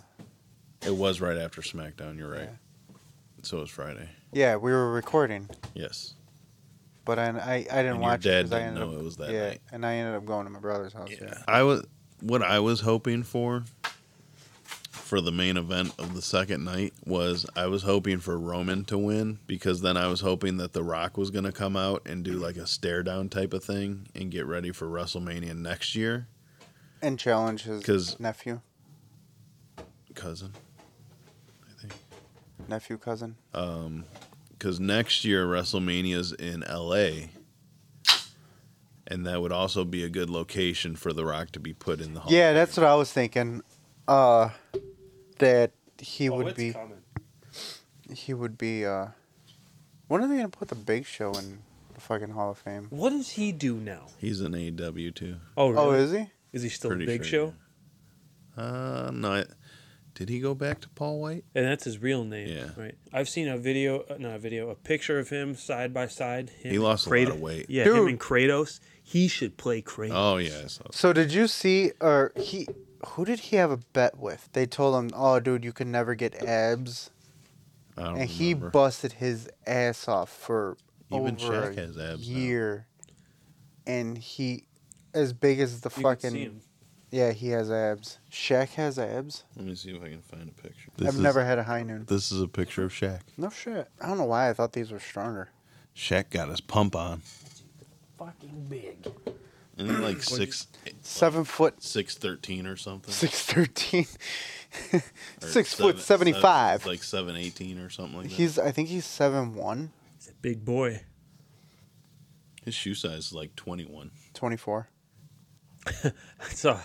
It was right after SmackDown. You're right. So it was Friday. yeah, we were recording, Yes. but I I, I didn't And your watch dad it 'cause I didn't ended know up, it was that yeah, and I ended up going to my brother's house. Yeah. I was what I was hoping for for the main event of the second night was I was hoping for Roman to win because then I was hoping that The Rock was going to come out and do like a stare down type of thing and get ready for WrestleMania next year. and challenge his 'Cause- nephew, Cousin. nephew cousin. Um 'cause because next year WrestleMania's in LA. And that would also be a good location for The Rock to be put in the Hall. Yeah, that's what I was thinking. Uh, that he would Oh, it's be. He would be. Uh, when are they gonna put the Big Show in the fucking Hall of Fame? What does he do now? He's an AW too. Oh, really? Oh, is he? Is he still Pretty Big sure, Show? Uh, no. I- Did he go back to Paul White? And that's his real name, right? I've seen a video, uh, not a video, a picture of him side by side. Him He and lost a lot Kratos. of weight. Yeah, him Dude. and Kratos. He should play Kratos. Oh yeah, I saw So did you see or he? Who did he have a bet with? They told him, "Oh, dude, you can never get abs," I and don't he remember. busted his ass off for Even over Shaq a has abs now. year, and he as big as the You can see fucking. him. Yeah, he has abs. Shaq has abs. Let me see if I can find a picture. I've never had a high noon. This is a picture of Shaq. No shit. I don't know why I thought these were stronger. Shaq got his pump on. Fucking big. And he's (clears throat) like six, Seven foot. (laughs) six thirteen or something. Six thirteen. Or Six seven- foot seventy five. seven- like seven eighteen or something like that. He's I think he's seven one. He's a big boy. (laughs) His shoe size is like twenty one. Twenty four. So,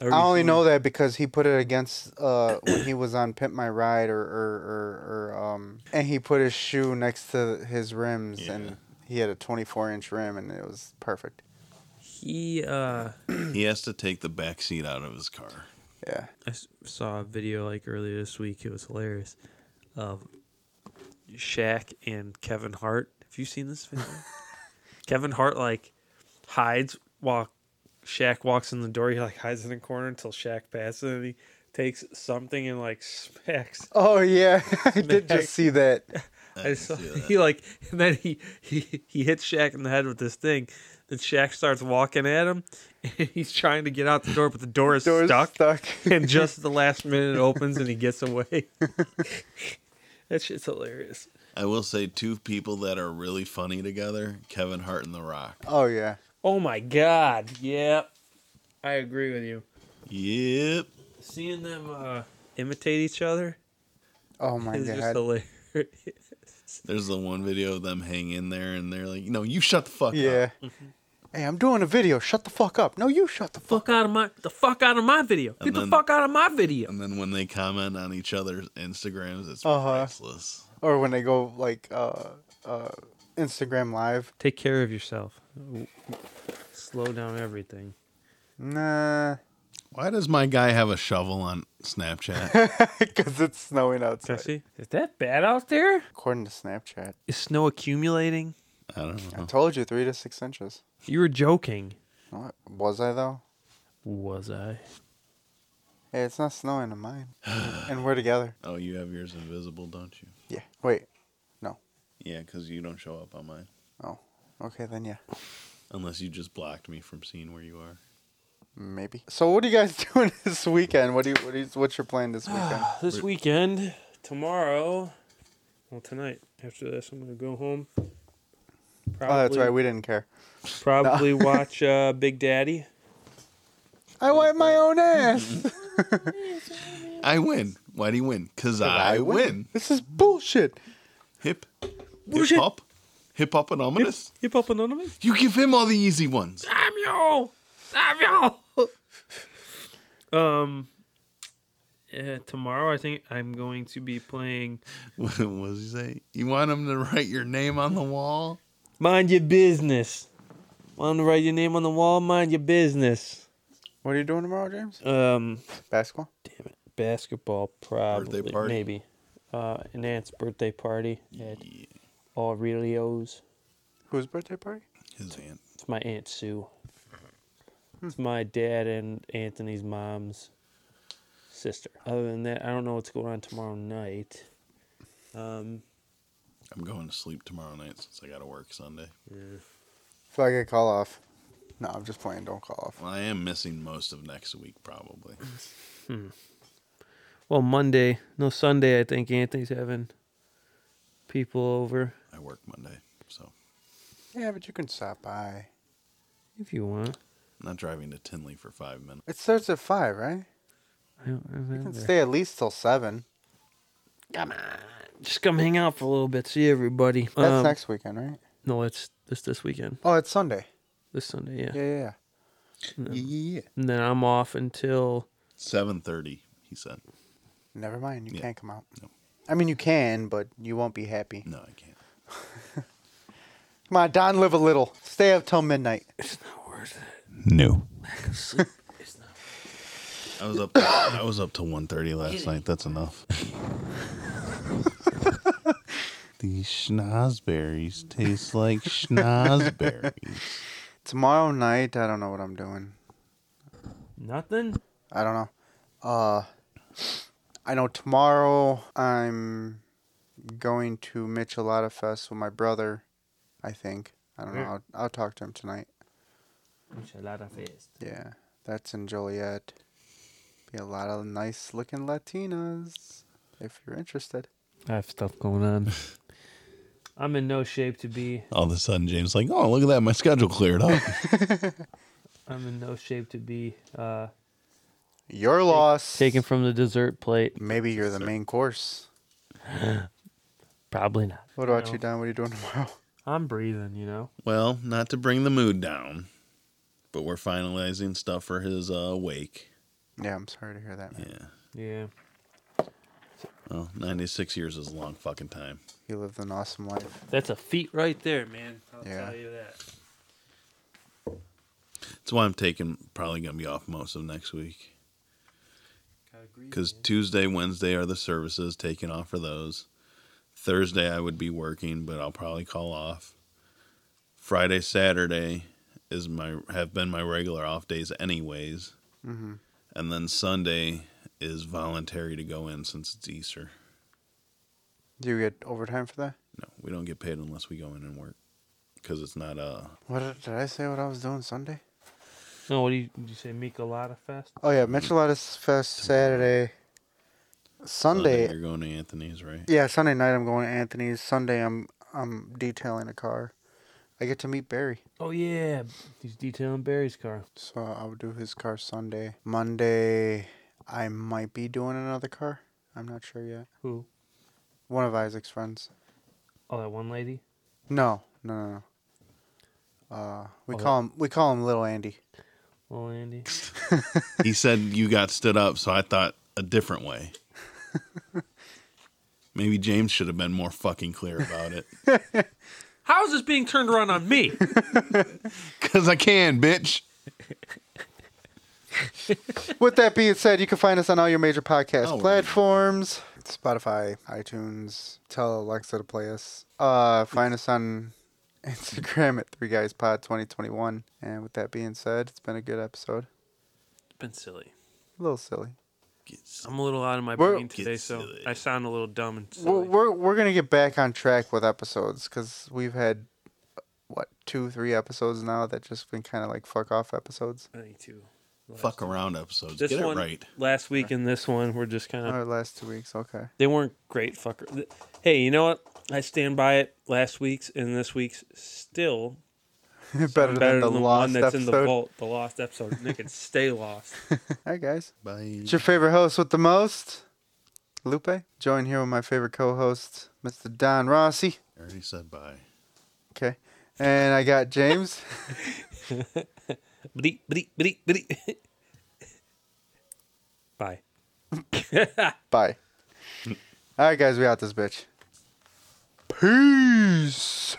I only know that because he put it against uh, when he was on Pimp My Ride or, or, or, or um and he put his shoe next to his rims and he had a twenty four inch rim and it was perfect. He uh he has to take the back seat out of his car. Yeah. I s- saw a video like earlier this week. It was hilarious. Of Shaq and Kevin Hart. Have you seen this (laughs) video? Kevin Hart like hides while Shaq walks in the door. He like hides in the corner until Shaq passes, and he takes something and like smacks. Oh yeah, (laughs) I did Smacks- just see that. I saw (laughs) he like and then he, he he hits Shaq in the head with this thing. Then Shaq starts walking at him (laughs) and he's trying to get out the door, but the door is stuck. stuck. (laughs) (laughs) and just at the last minute it opens and he gets away. (laughs) that shit's hilarious. I will say two people that are really funny together: Kevin Hart and The Rock. Oh yeah. Oh my god. Yep. I agree with you. Yep. Seeing them uh imitate each other Oh my is just God. hilarious. (laughs) There's the one video of them hanging in there, and they're like, "No, you shut the fuck Yeah. Mm-hmm. up." Hey, I'm doing a video. Shut the fuck up. No, you shut (laughs) the fuck out of my the fuck out of my video. Get the then- fuck out of my video. And then when they comment on each other's Instagrams, it's Uh-huh. priceless. Or when they go like uh uh Instagram live. Take care of yourself. Slow down everything. Nah, (laughs) Why does my guy have a shovel on Snapchat? because it's snowing outside. Jesse, is that bad out there? According to Snapchat, Is snow accumulating? I don't I told you three to six inches. You were joking. What? Was I though? Was I? Hey, it's not snowing in mine, (sighs) and we're together. oh, you have yours invisible, don't you? Yeah. Wait. (laughs) Yeah, because you don't show up on mine Oh. Okay then. Yeah. unless you just blocked me from seeing where you are. Maybe. So what are you guys (laughs) doing this weekend? What do you? What is? What's your plan this (sighs) weekend? This weekend, tomorrow, well, tonight, after this, I'm going to go home. oh, that's right. We didn't care. (laughs) Probably No. watch uh, Big Daddy. I wipe my own (laughs) ass. I win. Why do you win? Cause I, win. This is bullshit. Hip, hip hop, hip hop anonymous. Hip hop anonymous. You give him all the easy (laughs) ones. I'm yo! I'm yo! um, uh, tomorrow, I think I'm going to be playing. what was he say? You want him to write your name on the wall? Mind your business. Want to write your name on the wall? Mind your business. What are you doing tomorrow, James? Um, basketball. Damn it, basketball probably. party. maybe. Uh, an aunt's birthday party at Aurelio's. Whose birthday party? His aunt. It's my aunt Sue. Hmm. It's my dad and Anthony's mom's sister. Other than that, I don't know what's going on tomorrow night. Um, I'm going to sleep tomorrow night since I got to work Sunday. If I get call off. No, I'm just playing. Don't call off. Well, I am missing most of next week probably. hmm. Well, Monday, no Sunday. I think Anthony's having people over I work Monday, so Yeah, but you can stop by. if you want. I'm not driving to Tinley for five minutes. It starts at five, right? I don't remember. You can stay at least till seven. Come on. Just come hang out for a little bit. See everybody. That's Um, next weekend, right? No, it's this this weekend. Oh, it's Sunday. This Sunday, yeah. Yeah, yeah, yeah. And then, yeah, and then I'm off until seven thirty. He said. Never mind. You Yeah. can't come out. No. I mean, you can, but you won't be happy. No, I can't. (laughs) Come on, Don, live a little. Stay up till midnight. It's not worth No. it. Sleep. I was up. I was up till 1.30 last night. That's enough. (laughs) These schnozberries taste like schnozberries. Tomorrow night, I don't know what I'm doing. Nothing. I don't know. Uh, I know tomorrow I'm going to Michelada Fest with my brother. I think. I don't know. Where? I'll, I'll talk to him tonight. Enchilada fest. Yeah, that's in Joliet. Be a lot of nice looking Latinas if you're interested. I have stuff going on. (laughs) I'm in no shape to be. All of a sudden, James like, oh, look at that. My schedule cleared up. I'm in no shape to be. Uh, Your loss. Taken from the dessert plate. Maybe you're the main course. Probably not. What about No. you, Don? What are you doing tomorrow? (laughs) I'm breathing, you know. (laughs) Well, not to bring the mood down, but we're finalizing stuff for his uh, wake. Yeah, I'm sorry to hear that, man. Yeah. Yeah. Well, 96 years is a long fucking time. You lived an awesome life. That's a feat right there, man. I'll Yeah. tell you that. That's why I'm taking, probably going to be off most of next week. Because Tuesday, Wednesday are the services, taking off for those. Thursday, I would be working, but I'll probably call off. Friday, Saturday is my have been my regular off days anyways. Mm-hmm. And then Sunday is voluntary to go in since it's Easter. Do you get overtime for that? No, we don't get paid unless we go in and work because it's not uh What did, did I say? What I was doing Sunday? No, what do you, did you say? Mikolada fest? Oh yeah, Micheladas Fest Saturday. Sunday. You're going to Anthony's, right? Yeah, Sunday night I'm going to Anthony's. Sunday I'm I'm detailing a car. I get to meet Barry, Oh, yeah. He's detailing Barry's car. so I'll do his car Sunday. Monday I might be doing another car. I'm not sure yet. Who? One of Isaac's friends. Oh, that one lady? No, no, no. no. Uh, we Oh, call him we call him Little Andy. Little Andy? he said you got stood up, so I thought a different (laughs) way. Maybe James should have been more fucking clear about it. How is this being turned around on me? (laughs) (laughs) Cause I can, bitch. With that being said, you can find us on all your major podcast Oh, platforms Spotify, iTunes. Tell Alexa to play us. Uh, find us on (laughs) Instagram at Three Guys Pod 2021. And with that being said, it's been a good episode. It's been silly. A little silly. I'm a little out of my We're- brain today, so I sound a little dumb and silly. We're, we're, we're going to get back on track with episodes because we've had, what, two, three episodes now that just been kind of like fuck off episodes. I think too. Fuck around episodes. This Get it one right. last week and this one were just kind of Or last two weeks. Okay. (laughs) they weren't great fucker. th- Hey, you know what? I stand by it. Last week's and this week's still better, than better, the one lost that's in the episode. vault, the lost episode. and They can stay (laughs) lost. All right, guys. Bye. It's your favorite host with the most, Lupe. Joined here with my favorite co-host, Mr. Don Rossi. I already said bye. Okay, and I got James. (laughs) bleep, bleep, bleep, bleep. (laughs) Bye. (laughs) Bye. All right, guys, we out this bitch. Peace.